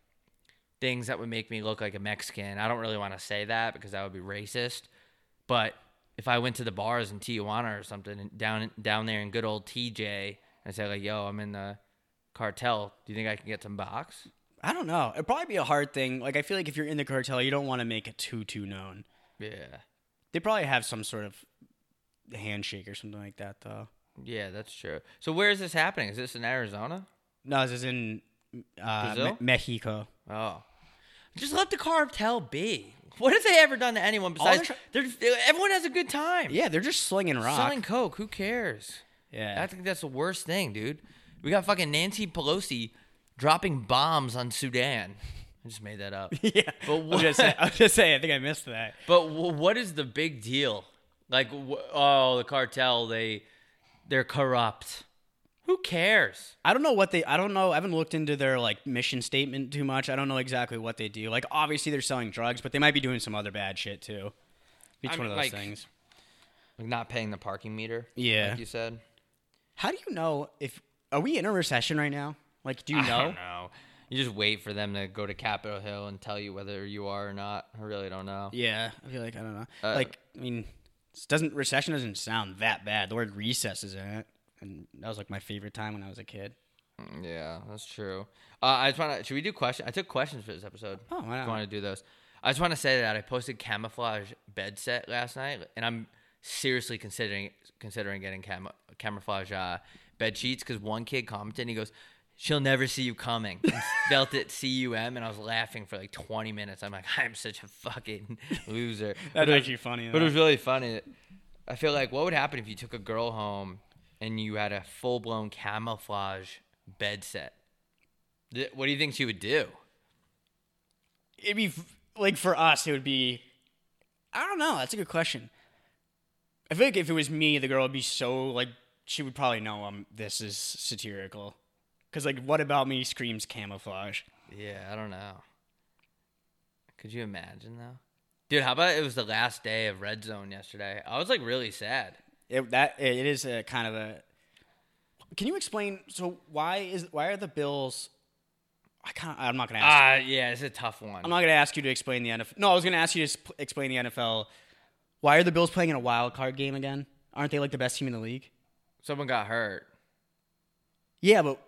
things that would make me look like a Mexican. I don't really want to say that because that would be racist. But if I went to the bars in Tijuana or something and down down there in good old TJ and I said like, "Yo, I'm in the cartel. Do you think I can get some box?" I don't know. It'd probably be a hard thing. Like I feel like if you're in the cartel, you don't want to make it too too known. Yeah. They probably have some sort of handshake or something like that, though. Yeah, that's true. So where is this happening? Is this in Arizona? No, this is in uh, Brazil? Me- Mexico. Oh. Just let the cartel be. What have they ever done to anyone besides they're they're, everyone has a good time. Yeah, they're just slinging rock. Selling coke, who cares? yeah, I think [LAUGHS] that's the worst thing, dude. We got fucking Nancy Pelosi dropping bombs on Sudan. I just made that up. [LAUGHS] [LAUGHS] yeah. But I was what- just saying. I was just saying. I think I missed that. But w- what is the big deal? Like, wh- oh, the cartel, they they're corrupt. Who cares? I don't know what they. I don't know. I haven't looked into their like mission statement too much. I don't know exactly what they do. Like obviously they're selling drugs, but they might be doing some other bad shit too. It's I one of mean, those like- things. Like not paying the parking meter. Yeah. like you said. How do you know if are we in a recession right now? Like, do you I know? don't know. You just wait for them to go to Capitol Hill and tell you whether you are or not. I really don't know. Yeah, I feel like I don't know. Uh, like, I mean, it doesn't recession doesn't sound that bad. The word recess is in it, and that was like my favorite time when I was a kid. Mm, Yeah, that's true. Uh, I just want to. Should we do questions? I took questions for this episode. Oh, why not? want to do those? I just want to say that I posted camouflage bed set last night, and I'm seriously considering considering getting camo camouflage uh, bed sheets because one kid commented, and he goes, "She'll never see you coming." And [LAUGHS] Spelt it C U M, and I was laughing for like 20 minutes. I'm like, I'm such a fucking [LAUGHS] loser. But That's it was- actually funny. But it was really funny. I feel like what would happen if you took a girl home and you had a full blown camouflage bed set? Th- What do you think she would do? It'd be f- like for us, it would be. I don't know. That's a good question. I feel like if it was me, the girl would be so like she would probably know um this is satirical, because like what about me screams camouflage. Yeah, I don't know. Could you imagine though? Dude, how about it was the last day of Red Zone yesterday? I was like really sad. It, that it is a kind of a. Can you explain? So why is why are the Bills? I kind I'm not gonna ask. Ah, yeah, it's a tough one. I'm not going to ask you to explain the NFL. No, I was going to ask you to sp- explain the NFL. Why are the Bills playing in a wild card game again? Aren't they like the best team in the league? Someone got hurt. Yeah, but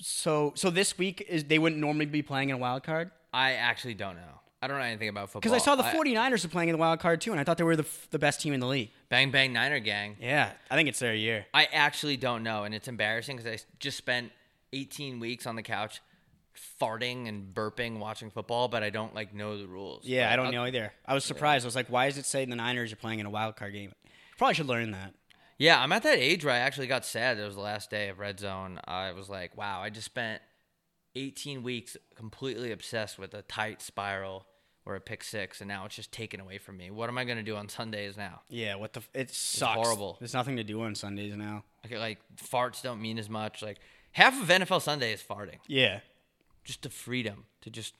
so so this week is they wouldn't normally be playing in a wild card I actually don't know. I don't know anything about football. because I saw the 49ers are playing in the wild card too, and I thought they were the f- the best team in the league. Bang Bang Niner Gang. Yeah, I think it's their year. I actually don't know, and it's embarrassing because I s- just spent 18 weeks on the couch, farting and burping watching football, but I don't like know the rules. Yeah, But I don't I'll- know either. I was surprised. I was like, why does it say the Niners are playing in a wild card game? Probably should learn that. Yeah, I'm at that age where I actually got sad. It was the last day of Red Zone. I was like, wow, I just spent 18 weeks completely obsessed with a tight spiral or a pick six, and now it's just taken away from me. What am I going to do on Sundays now? Yeah, what the? F- it sucks. horrible. There's nothing to do on Sundays now. Okay, like farts don't mean as much. Like half of NFL Sunday is farting. Yeah. just the freedom to just.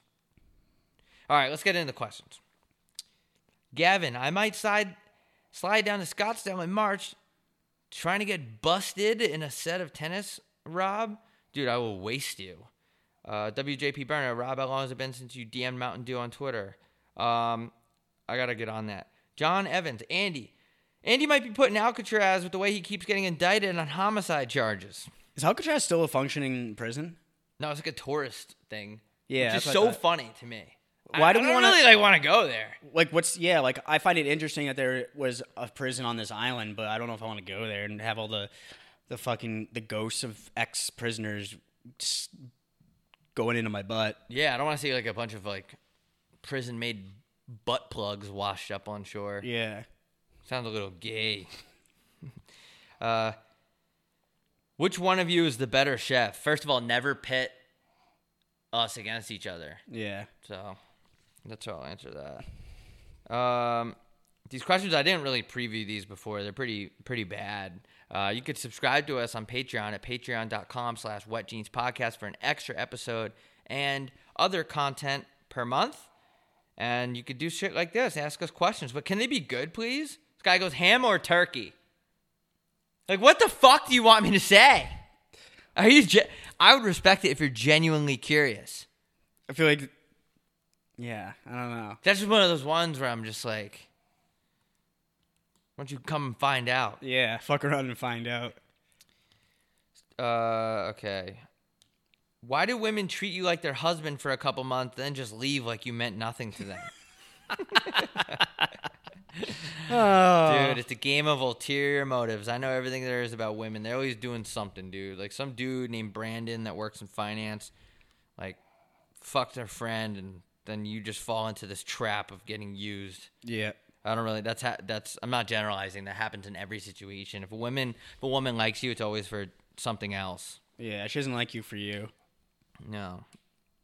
All right, let's get into the questions. Gavin, I might slide slide down to Scottsdale in March, trying to get busted in a set of tennis. Rob, dude, I will waste you. Uh, WJP Burner, Rob, how long has it been since you DM'd Mountain Dew on Twitter? Um, I gotta get on that. John Evans, Andy, Andy might be putting Alcatraz with the way he keeps getting indicted on homicide charges. Is Alcatraz still a functioning prison? No, it's like a tourist thing. Yeah, which that's is what I so thought. funny to me. Why I, do I we don't wanna- really like want to go there? like what's yeah like i find it interesting that there was a prison on this island but i don't know if i want to go there and have all the the fucking the ghosts of ex prisoners going into my butt Yeah, I don't want to see like a bunch of like prison made butt plugs washed up on shore. yeah Sounds a little gay. [LAUGHS] uh, which one of you is the better chef? First of all, never pit us against each other. Yeah. So that's how I'll answer that. Um, these questions I didn't really preview these before. They're pretty pretty bad. Uh, you could subscribe to us on Patreon at patreon.com slash wet jeans podcast for an extra episode and other content per month. And you could do shit like this, ask us questions. But can they be good, please? This guy goes ham or turkey. Like, what the fuck do you want me to say? Are you? Ge- I would respect it if you're genuinely curious. I feel like. Yeah, I don't know. That's just one of those ones where I'm just like, why don't you come and find out? Yeah, fuck around and find [SIGHS] out. Uh, okay. Why do women treat you like their husband for a couple months, then just leave like you meant nothing to them? Oh. dude, it's a game of ulterior motives. I know everything there is about women. They're always doing something, dude. Like some dude named Brandon that works in finance, like fucked their friend, and then you just fall into this trap of getting used. Yeah. I don't really. That's ha- that's. I'm not generalizing. That happens in every situation. If a woman, if a woman likes you, it's always for something else. Yeah, she doesn't like you for you. No,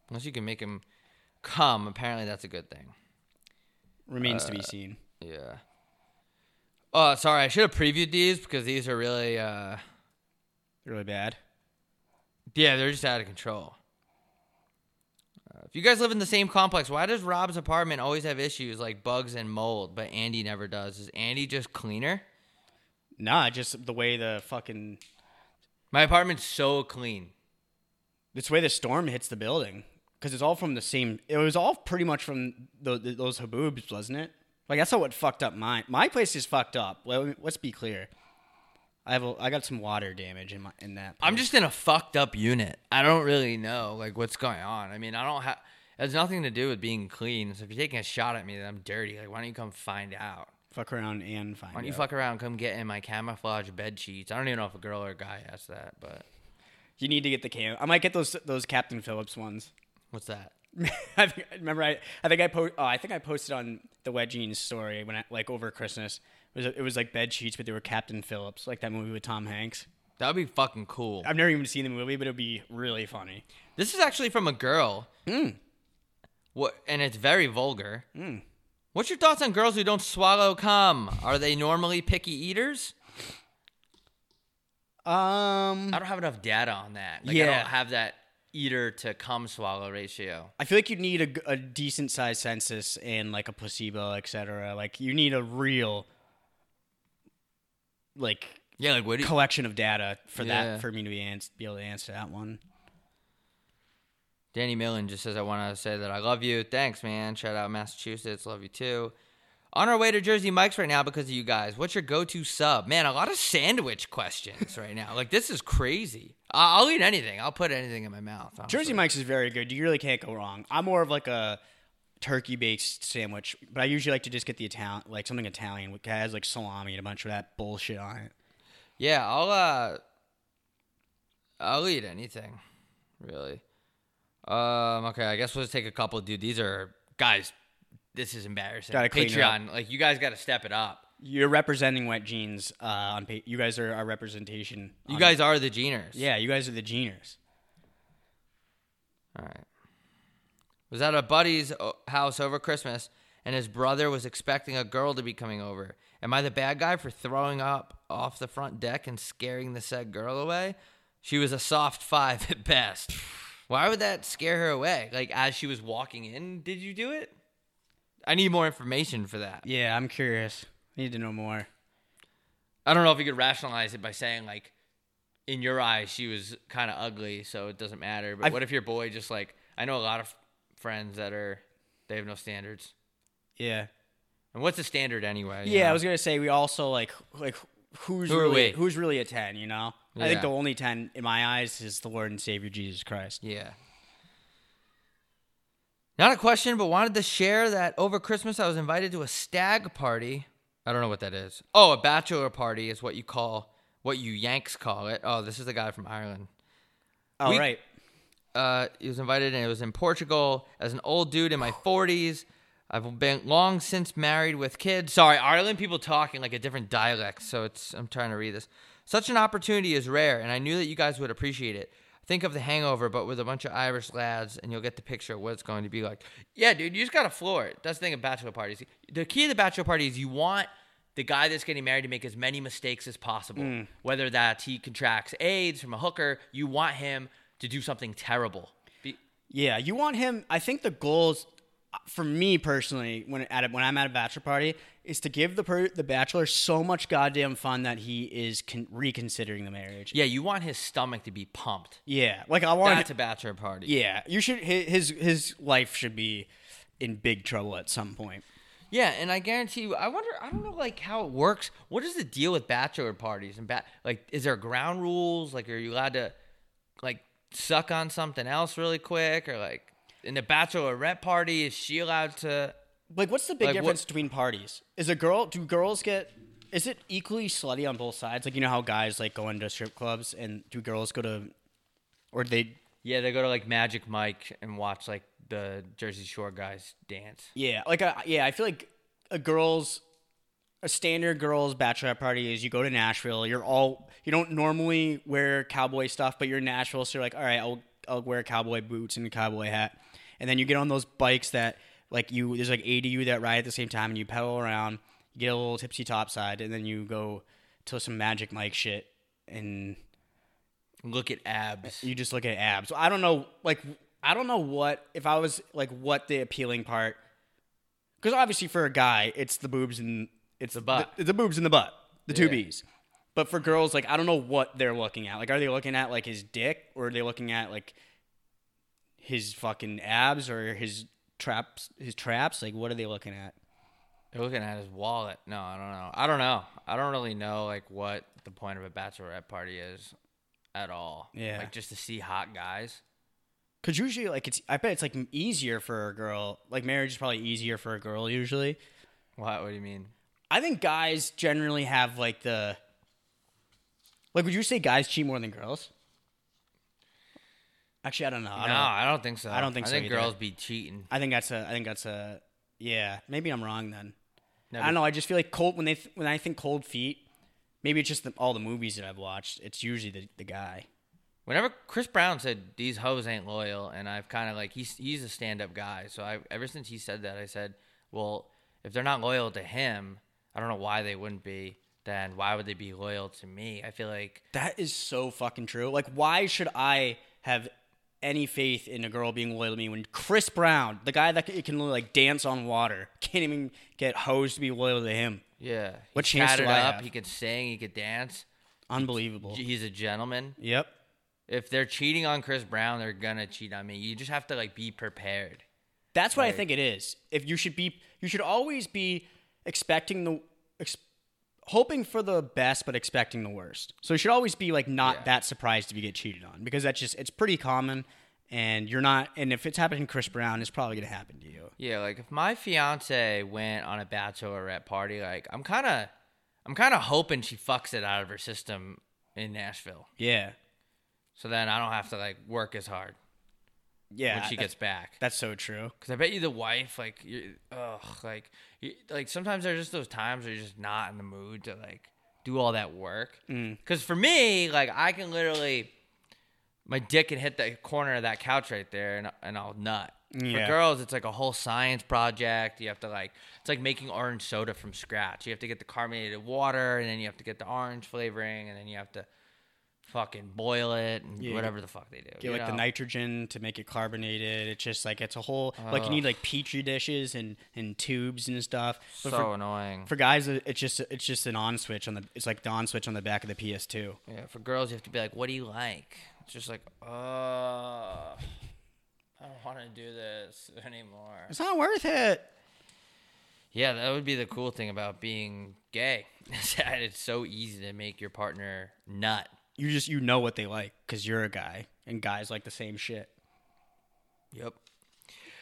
unless you can make him come. Apparently, that's a good thing. Remains Uh, to be seen. Yeah. Oh, sorry. I should have previewed these because these are really. uh Really bad. Yeah, they're just out of control. Uh, if you guys live in the same complex, why does Rob's apartment always have issues like bugs and mold, but Andy never does? Is Andy just cleaner? Nah, just the way the fucking My apartment's so clean. it's the way the storm hits the building because it's all from the same. It was all pretty much from tho- th those haboobs, wasn't it? Like that's not what fucked up mine. My place is fucked up. Let- Let's be clear. I have a, I got some water damage in my in that. I'm place. just in a fucked up unit. I don't really know like what's going on. I mean, I don't have. It has nothing to do with being clean. So if you're taking a shot at me that I'm dirty, like why don't you come find out? fuck around and find. Why don't you out. fuck around? Come get in my camouflage bed sheets. I don't even know if a girl or a guy asked that, but You need to get the cam. I might get those those Captain Phillips ones. what's that? [LAUGHS] I think, remember I I think I po- oh, I think I posted on the Wet Jeans story when I, like over Christmas. It was it was like bed sheets, but they were Captain Phillips, like that movie with Tom Hanks. That would be fucking cool. I've never even seen the movie, but it'd be really funny. This is actually from a girl. What? And it's very vulgar. What's your thoughts on girls who don't swallow cum? Are they normally picky eaters? Um, I don't have enough data on that. Like, I Yeah. don't have that eater to cum swallow ratio. I feel like you need a g- a, decent sized census and like a placebo, etc. Like you need a real like Yeah, like what? Do you, collection of data for Yeah. that for me to be, ans- be able to answer that one. Danny Millen just says, "I want to say that I love you. Thanks, man. Shout out Massachusetts. Love you too." On our way to Jersey Mike's right now because of you guys. What's your go-to sub? Man, a lot of sandwich questions right now. Like this is crazy. I- I'll eat anything. I'll put anything in my mouth. Jersey honestly. Mike's is very good. You really can't go wrong. I'm more of like a turkey based sandwich, but I usually like to just get the Italian, like something Italian, which has like salami and a bunch of that bullshit on it. Yeah, I'll uh I'll eat anything, really. Um, okay, I guess we'll just take a couple, dude. These are guys, this is embarrassing. Gotta clean it up. Patreon, like you guys gotta step it up. You're representing Wet Jeans uh, on. Pa- you guys are our representation. You on- guys are the geners. yeah, you guys are the Jeaners. All right. Was at a buddy's o- house over Christmas, and his brother was expecting a girl to be coming over. Am I the bad guy for throwing up off the front deck and scaring the said girl away? She was a soft five at best. Why would that scare her away? Like as she was walking in, did you do it? I need more information for that. Yeah, I'm curious. I need to know more. I don't know if you could rationalize it by saying like, in your eyes she was kind of ugly, so it doesn't matter. But I've- what if your boy just like I know a lot of friends that are they have no standards. Yeah. And what's the standard anyway? you Yeah, I know? was gonna say we also like like who's Who are really we? who's really a ten, you know? I think Yeah. the only ten in my eyes is the Lord and Savior Jesus Christ. yeah. Not a question, but wanted to share that over Christmas I was invited to a stag party. I don't know what that is. Oh, a bachelor party is what you call what you Yanks call it. Oh, this is the guy from Ireland. All right. We- uh, he was invited and it was in Portugal as an old dude in my 40s. I've been long since married with kids. Sorry, Ireland people talking like a different dialect, so it's I'm trying to read this. Such an opportunity is rare, and I knew that you guys would appreciate it. Think of the hangover, but with a bunch of Irish lads, and you'll get the picture of what it's going to be like. Yeah, dude, you just gotta floor it. That's the thing of bachelor parties. The key to the bachelor party is you want the guy that's getting married to make as many mistakes as possible. Whether that's he contracts AIDS from a hooker, you want him to do something terrible. Be- Yeah, you want him. I think the goals uh, for me personally, when at a, when I'm at a bachelor party, is to give the per, the bachelor so much goddamn fun that he is con- reconsidering the marriage. yeah, you want his stomach to be pumped. Yeah, like I want. That's a bachelor party. yeah, you should. hi- His his life should be in big trouble at some point. Yeah, and I guarantee you, I wonder, I don't know, like how it works. What is the deal with bachelor parties and bat? Like, is there ground rules? Like, are you allowed to, like, suck on something else really quick, or like, in the bachelorette party, is she allowed to? Like, what's the big Like, what- difference between parties? Is a girl? Do girls get? Is it equally slutty on both sides? Like you know how guys like go into strip clubs, and do girls go to, or they? Yeah, they go to like Magic Mike and watch like the Jersey Shore guys dance. Yeah, like a, yeah, I feel like a girls, a standard girls bachelorette party is you go to Nashville. You're all you don't normally wear cowboy stuff, but you're in Nashville, so you're like, all right, I'll I'll wear cowboy boots and a cowboy hat, and then you get on those bikes that like you there's like eighty of you that ride at the same time, and you pedal around, you get a little tipsy topside, and then you go to some Magic Mike shit, and Look at abs. you just look at abs. I don't know, like I don't know what if I was like what the appealing part, because obviously for a guy it's the boobs and it's the butt. the, boobs and the butt, the two Yeah. B's. But for girls, like I don't know what they're looking at. Like, are they looking at like his dick, or are they looking at like his fucking abs or his traps? His traps, like what are they looking at? They're looking at his wallet. No, I don't know. I don't know. I don't really know like what the point of a bachelorette party is at all. Yeah. Like just to see hot guys. Because usually, like it's I bet it's like easier for a girl. Like marriage is probably easier for a girl usually. What what do you mean? I think guys generally have like the like. Would you say guys cheat more than girls? Actually, I don't know. I no, don't. I don't think so. I don't think I so think either. girls be cheating. I think that's a. I think that's a. Yeah, maybe I'm wrong then. No, I don't know. I just feel like cold when they th- when I think cold feet. Maybe it's just the, all the movies that I've watched. It's usually the, the guy. Whenever Chris Brown said these hoes ain't loyal, and I've kind of like he's he's a stand up guy. So I ever since he said that, I said, well, if they're not loyal to him, I don't know why they wouldn't be. Then why would they be loyal to me? I feel like That is so fucking true. Like, why should I have any faith in a girl being loyal to me when Chris Brown, the guy that c- can like dance on water, [LAUGHS] can't even get hoes to be loyal to him? yeah, he What chance do tatted I up. have? He could sing, he could dance. Unbelievable. He's a gentleman. Yep. If they're cheating on Chris Brown, they're gonna cheat on me. You just have to like be prepared. That's what I think it is. If you should be, you should always be expecting the, ex, hoping for the best, but expecting the worst. So you should always be like not Yeah. that surprised if you get cheated on because that's just it's pretty common, and you're not. And if it's happening to Chris Brown, it's probably gonna happen to you. Yeah, like if my fiance went on a bachelorette party, like I'm kind of, I'm kind of hoping she fucks it out of her system in Nashville, Yeah, so then I don't have to like work as hard yeah. when she that's- gets back. that's so true. Because I bet you the wife, like, you ugh, like, you, like sometimes there's just those times where you're just not in the mood to like do all that work. Mm. Because for me, like, I can literally, my dick can hit the corner of that couch right there, and and I'll nut. Yeah. For girls, it's like a whole science project. You have to like, it's like making orange soda from scratch. You have to get the carbonated water, and then you have to get the orange flavoring, and then you have to fucking boil it and Yeah, whatever the fuck they do. Get you like the know? nitrogen to make it carbonated. It's just like it's a whole like you need like petri dishes and and tubes and stuff. But So for- annoying. for guys, it- it's just it's just an on switch on the it's like the on switch on the back of the PS2. Yeah, for girls, you have to be like, "What do you like?" It's just like, "Uh, I don't want to do this anymore." It's not worth it. Yeah, that would be the cool thing about being gay. [LAUGHS] is that it's so easy to make your partner nut. You just you know what they like because you're a guy, and guys like the same shit. Yep.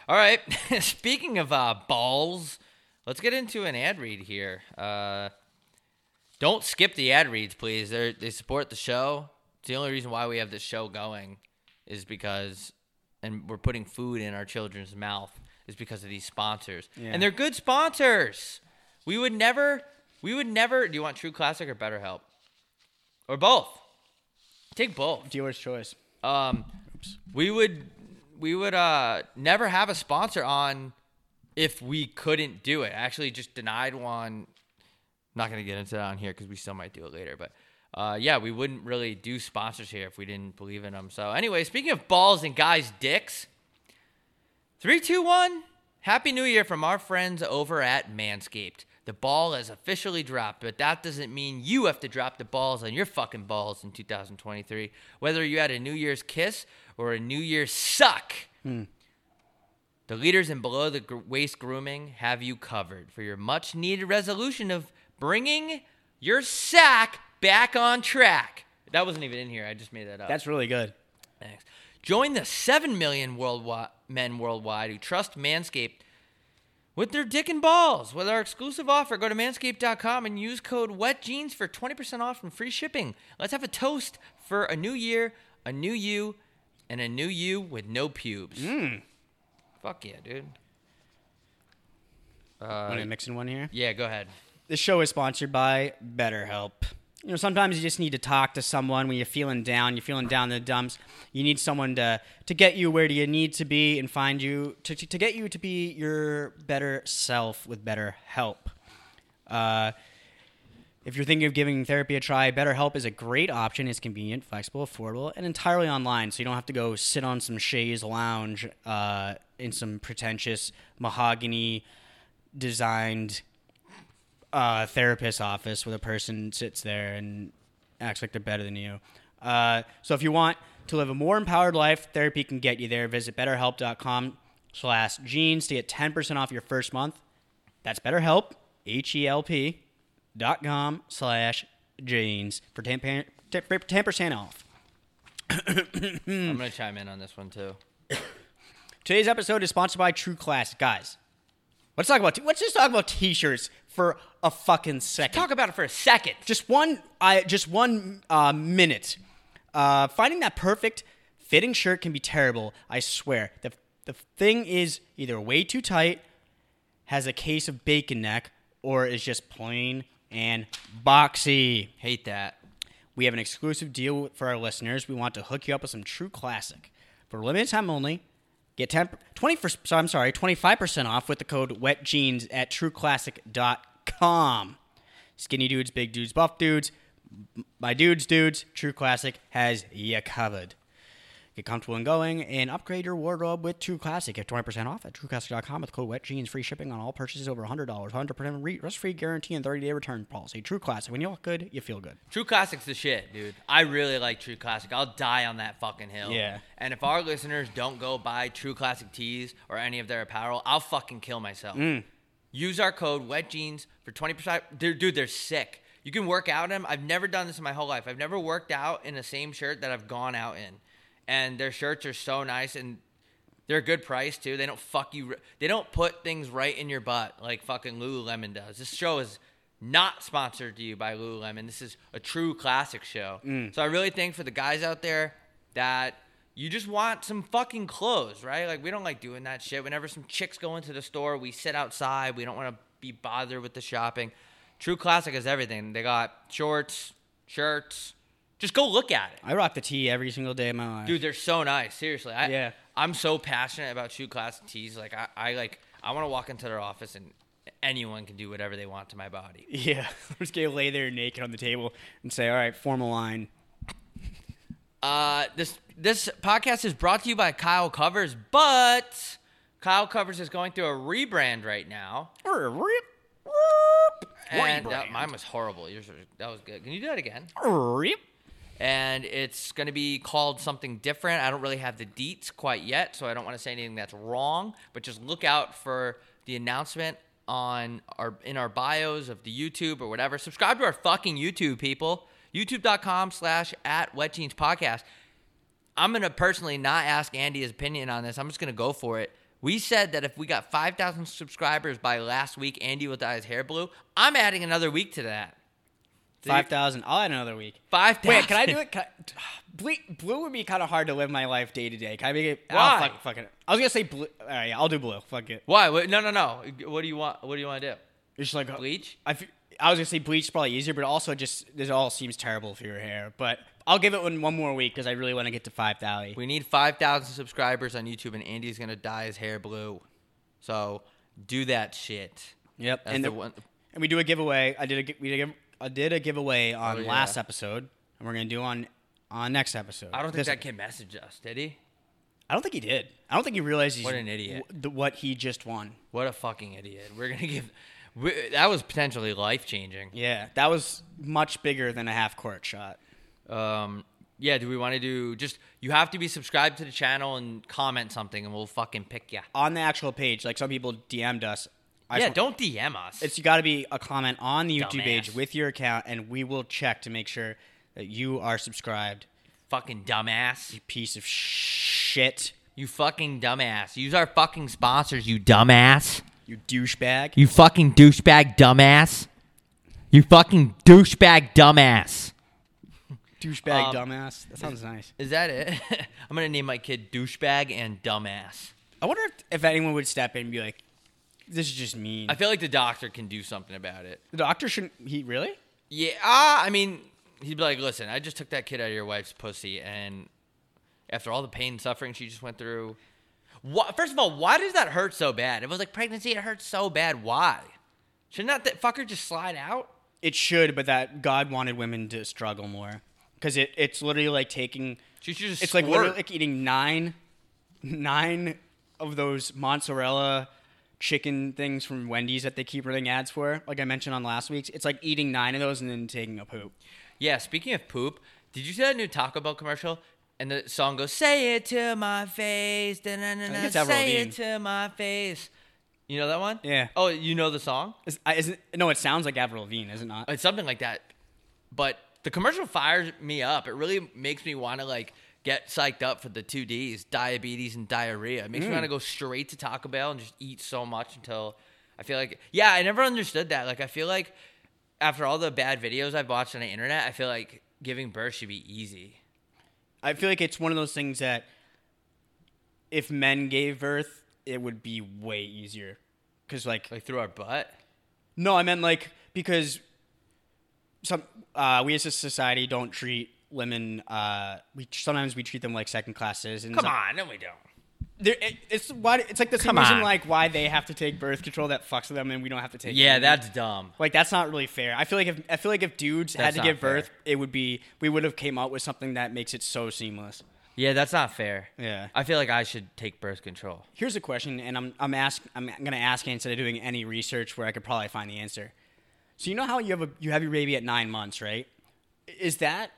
All right. [LAUGHS] Speaking of uh, balls, let's get into an ad read here. Uh, don't skip the ad reads, please. They they support the show. It's the only reason why we have this show going is because, and we're putting food in our children's mouth. is because of these sponsors, Yeah. and they're good sponsors. We would never, we would never. Do you want True Classic or BetterHelp, or both? Take both. Dealer's choice. Um, we would we would uh never have a sponsor on if we couldn't do it. I actually just denied one. Not gonna get into that on here because we still might do it later. But uh, yeah, we wouldn't really do sponsors here if we didn't believe in them. So anyway, speaking of balls and guys' dicks, three, two, one. Happy New Year from our friends over at Manscaped. The ball has officially dropped, but that doesn't mean you have to drop the balls on your fucking balls in 2023. Whether you had a New Year's kiss or a New Year's suck, the leaders in below the gr- waist grooming have you covered for your much needed resolution of bringing your sack back on track. That wasn't even in here. I just made that up. That's really good. Thanks. Join the 7 million worldwide, men worldwide who trust Manscaped with their dick and balls. With our exclusive offer, go to manscaped.com and use code WETJEANS for 20% off and free shipping. Let's have a toast for a new year, a new you, and a new you with no pubes. Fuck yeah, dude. Want to mix in one here? Yeah, go ahead. This show is sponsored by BetterHelp. You know, sometimes you just need to talk to someone when you're feeling down, you're feeling down in the dumps. You need someone to, to get you where you need to be and find you, to, to, to get you to be your better self with BetterHelp. Uh, if you're thinking of giving therapy a try, BetterHelp is a great option. It's convenient, flexible, affordable, and entirely online, so you don't have to go sit on some chaise lounge uh, in some pretentious mahogany designed uh, therapist's office where the person sits there and acts like they're better than you. Uh, so if you want to live a more empowered life, therapy can get you there. Visit betterhelp.com slash genes to get 10% off your first month. That's betterhelp, H-E-L-P dot com slash genes for 10, for 10% off. I'm going to chime in on this one too. Today's episode is sponsored by True Class. Guys, let's talk about, t- let's just talk about t-shirts for a fucking second. Talk about it for a second. just one I just one uh, minute. Uh, finding that perfect fitting shirt can be terrible. I swear. The the thing is either way too tight, has a case of bacon neck, or is just plain and boxy. Hate that. We have an exclusive deal for our listeners. We want to hook you up with some true classic for a limited time only. Get 10, 20 for, so I'm sorry, 25% off with the code WETJEANS at trueclassic.com. Skinny dudes, big dudes, buff dudes, m- my dudes, dudes, True Classic has you covered. Get comfortable in going and upgrade your wardrobe with True Classic. Get 20% off at trueclassic.com with code WETJEANS. Free shipping on all purchases over $100. 100% re- risk-free guarantee and 30-day return policy. True Classic. When you look good, you feel good. True Classic's the shit, dude. I really like True Classic. I'll die on that fucking hill. Yeah. And if our listeners don't go buy True Classic tees or any of their apparel, I'll fucking kill myself. Use our code Wet Jeans for twenty percent. Dude, they're sick. You can work out in them. I've never done this in my whole life. I've never worked out in the same shirt that I've gone out in, and their shirts are so nice and they're a good price too. They don't fuck you. They don't put things right in your butt like fucking Lululemon does. This show is not sponsored to you by Lululemon. This is a true classic show. So I really think for the guys out there that you just want some fucking clothes, right? Like we don't like doing that shit. Whenever some chicks go into the store, we sit outside. We don't want to be bothered with the shopping. True classic is everything. They got shorts, shirts. Just go look at it. I rock the tee every single day of my life. [LAUGHS] Dude, they're so nice. Seriously, I, Yeah. I'm so passionate about shoe class tees. Like I, I like I want to walk into their office and anyone can do whatever they want to my body. [LAUGHS] Yeah, I'm just gonna lay there naked on the table and say, "All right, form a line." Uh, this this podcast is brought to you by Kyle Covers, but Kyle Covers is going through a rebrand right now. And uh, mine was horrible. Yours was, that was good. Can you do that again? and it's going to be called something different. I don't really have the deets quite yet, so I don't want to say anything that's wrong. But just look out for the announcement on our in our bios of the YouTube or whatever. Subscribe to our fucking YouTube, people. YouTube.com slash at Wet Jeans Podcast. I'm gonna personally not ask Andy his opinion on this. I'm just gonna go for it. We said that if we got 5,000 subscribers by last week, Andy will dye his hair blue. I'm adding another week to that. Five thousand. I'll add another week. Five thousand. Wait, can I [SIGHS] do it? Can I- blue, blue would be kind of hard to live my life day to day. Can I make it? Why? Oh, fuck, fuck it. I was gonna say blue. All right, yeah, I'll do blue. Fuck it. Why? What, no, no, no. What do you want? What do you want to do? It's just like uh, Bleach? I, fe- I was gonna say bleach is probably easier, but also just this all seems terrible for your hair. But I'll give it one one more week because I really want to get to five thousand. We need 5,000 subscribers on YouTube, and Andy's going to dye his hair blue. So do that shit. Yep. That's and the the- one- and we do a giveaway. I did a gi- we did a, give- I did a giveaway on Oh, yeah. last episode, and we're gonna do on on next episode. I don't think This- that kid messaged us, did he? I don't think he did. I don't think he realized he's What an idiot. w- the, what he just won. What a fucking idiot. We're going to give. We, that was potentially life changing. Yeah, that was much bigger than a half court shot. Um, yeah, do we want to do just. You have to be subscribed to the channel and comment something, and we'll fucking pick you. On the actual page, like some people DM'd us. I Yeah, just want- don't DM us. It's you got to be a comment on the YouTube Dumbass. page with your account, and we will check to make sure that you are subscribed. fucking dumbass. Piece of shit, You fucking dumbass. Use our fucking sponsors, you dumbass. you douchebag. You fucking douchebag dumbass. You fucking douchebag dumbass. douchebag, Um, dumbass. That sounds nice. Is that it? [LAUGHS] I'm gonna name my kid douchebag and dumbass. I wonder if, if anyone would step in and be like, "This is just mean." I feel like the doctor can do something about it. the doctor shouldn't. He really? Yeah, ah, I mean, he'd be like, listen, I just took that kid out of your wife's pussy, and after all the pain and suffering she just went through, wha first of all, why does that hurt so bad? If it was like pregnancy, it hurts so bad. Why? Should not that fucker just slide out? It should, but that God wanted women to struggle more because it, it's literally like taking. She should just It's like squirt. literally like eating nine, nine of those mozzarella chicken things from Wendy's that they keep running ads for. Like I mentioned on last week's, it's like eating nine of those and then taking a poop. Yeah, speaking of poop, did you see that new Taco Bell commercial? And the song goes, "Say it to my face, da na na think na, it's Avril say Lavigne. it to my face." You know that one? Yeah. Oh, you know the song? Is, I- isn't, no, it sounds like Avril Lavigne, is it not? It's something like that. But the commercial fires me up. It really makes me want to like get psyched up for the two D's, diabetes and diarrhea. It makes Mm. me want to go straight to Taco Bell and just eat so much until I feel like yeah, I never understood that. Like I feel like after all the bad videos I've watched on the internet, I feel like giving birth should be easy. I feel like it's one of those things that if men gave birth, it would be way easier. Because like Like through our butt? No, I meant like because some uh, we as a society don't treat women. Uh, we sometimes we treat them like second class citizens. Come on, no we don't. There- it, it's why it's like the same Come reason on. like why they have to take birth control that fucks them and we don't have to take. Yeah, it. that's dumb. like that's not really fair. I feel like if I feel like if dudes That's had not to give birth, fair. it would be we would have came up with something that makes it so seamless. Yeah, that's not fair. Yeah. I feel like I should take birth control. Here's a question, and I'm I'm ask I'm gonna ask it instead of doing any research where I could probably find the answer. So you know how you have a you have your baby at nine months, right? Is that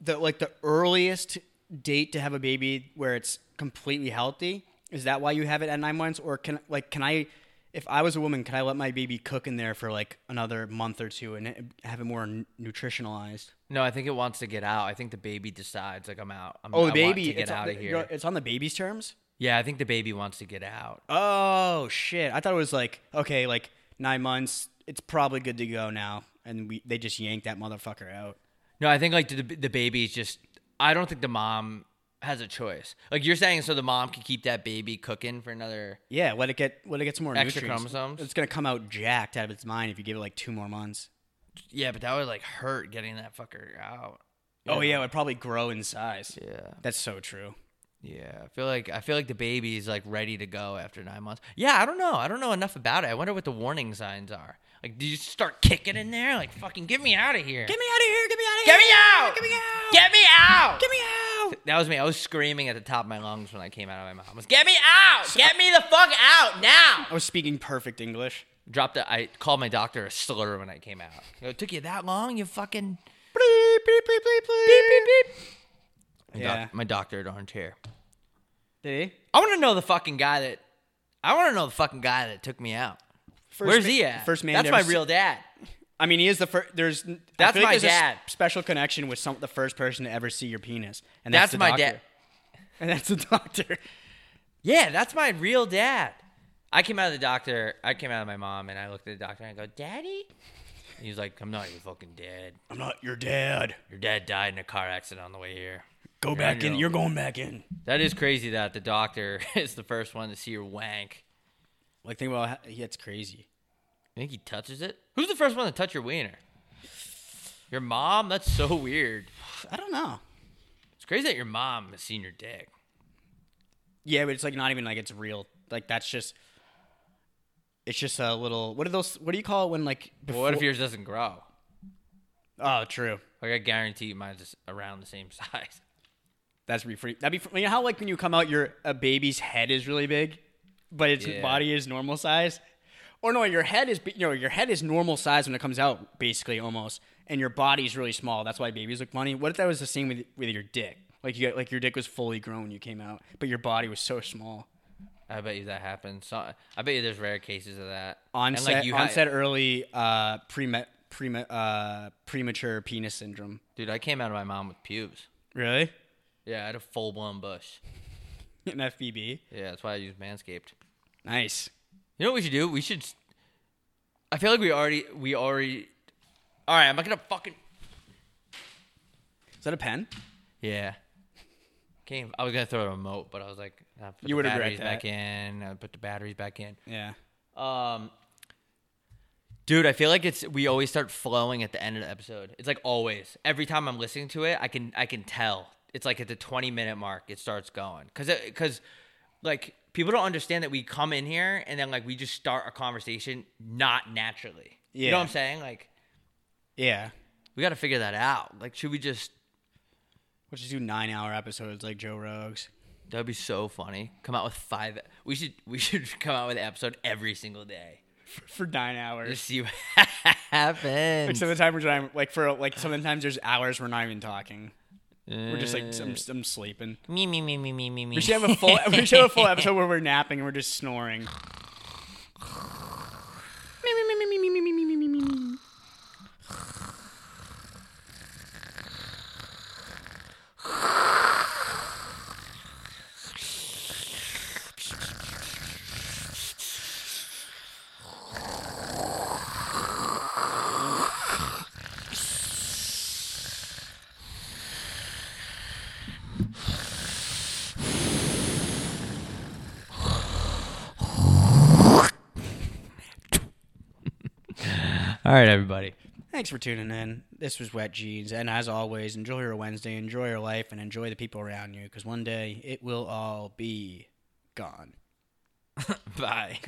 the like the earliest date to have a baby where it's completely healthy? Is that why you have it at nine months, or can like can I, if I was a woman, can I let my baby cook in there for like another month or two and it- have it more n- nutritionalized? No, I think it wants to get out. I think the baby decides, like, I'm out. I'm, Oh, I the want baby, to get it's, out of here. it's on the baby's terms. Yeah, I think the baby wants to get out. Oh shit! I thought it was like okay, like nine months. It's probably good to go now, and we they just yanked that motherfucker out. No, I think like the the baby's just. I don't think the mom has a choice. Like you're saying, so the mom can keep that baby cooking for another. Yeah, let it get let it get some more Extra nutrients. chromosomes? It's gonna come out jacked out of its mind if you give it like two more months. Yeah, but that would like hurt getting that fucker out. Oh yeah, it would probably grow in size. Yeah. That's so true. Yeah, I feel like I feel like the baby's like ready to go after nine months. Yeah, I don't know. I don't know enough about it. I wonder what the warning signs are. Like, do you start kicking in there? Like, fucking get me out of here. Get me out of here! Get me out of Get here! me out! Get me out! Get me out! Get me out! That was me. I was screaming at the top of my lungs when I came out of my mouth. I was, get me out! Get me the fuck out now! I was speaking perfect English. Dropped a. I called my doctor a slur when I came out. You know, it took you that long? You fucking. My, doc- Yeah. my doctor at Orange Hair. Did he? I want to know the fucking guy that. I want to know the fucking guy that took me out. First Where's ma- he at? First man. That's to my ever real dad. I mean, he is the first. There's I That's feel like my there's a s- dad. special connection with some the first person to ever see your penis, and that's, That's, the my doctor. dad. and that's the doctor. Yeah, that's my real dad. I came out of the doctor. I came out of my mom, and I looked at the doctor and I go, "Daddy." He's like, I'm not your fucking dad. I'm not your dad. Your dad died in a car accident on the way here. Go I back in. know. You're going back in. That is crazy that the doctor [LAUGHS] is the first one to see her wank. Like think about how, yeah, it's crazy. You think he touches it? Who's the first one to touch your wiener? Your mom? That's so [LAUGHS] weird. I don't know. It's crazy that your mom has seen your dick. Yeah, but it's like not even like it's real. Like that's just. It's just a little. What are those? What do you call it when like? But what if before- yours doesn't grow? Oh, true. Like I guarantee you mine's just around the same [LAUGHS] size. That's be free. That'd be. fr- You know how like when you come out, your a baby's head is really big, but its Yeah. body is normal size. Or no, your head is bi- you know your head is normal size when it comes out, basically almost, and your body's really small. That's why babies look funny. What if that was the same with with your dick? Like you got, like your dick was fully grown when you came out, but your body was so small. I bet you that happens. So, I bet you there's rare cases of that. And, Onset like, you ha- onset early uh prema prema uh premature penis syndrome. dude, I came out of my mom with pubes. Really? Yeah, I had a full blown bush. An FBB. Yeah, that's why I use Manscaped. Nice. You know what we should do? We should. s- I feel like we already we already. All right, I'm not gonna fucking. Is that a pen? Yeah. Came. I was gonna throw a remote, but I was like, uh, put You the would regret batteries back that. in. Uh, put the batteries back in. Yeah. Um, dude, I feel like it's we always start flowing at the end of the episode. It's like always. Every time I'm listening to it, I can I can tell. It's like at the 20 minute mark, it starts going because because like people don't understand that we come in here and then like we just start a conversation not naturally. You Yeah. know what I'm saying? Like Yeah. we got to figure that out. Like should we just? We'll just do nine hour episodes like Joe Rogue's. That'd be so funny. Come out with five. We should we should [LAUGHS] come out with an episode every single day. for nine hours. Just see what [LAUGHS] happens. Like some of the times we're trying, like for like sometimes there's hours we're not even talking. We're just like I'm, I'm sleeping. Me me me me me me me. We should have [LAUGHS] a full we should have a full episode where we're napping and we're just snoring. All right, everybody. Thanks for tuning in. This was Wet Jeans, and as always, enjoy your Wednesday, enjoy your life, and enjoy the people around you, because one day it will all be gone. Bye.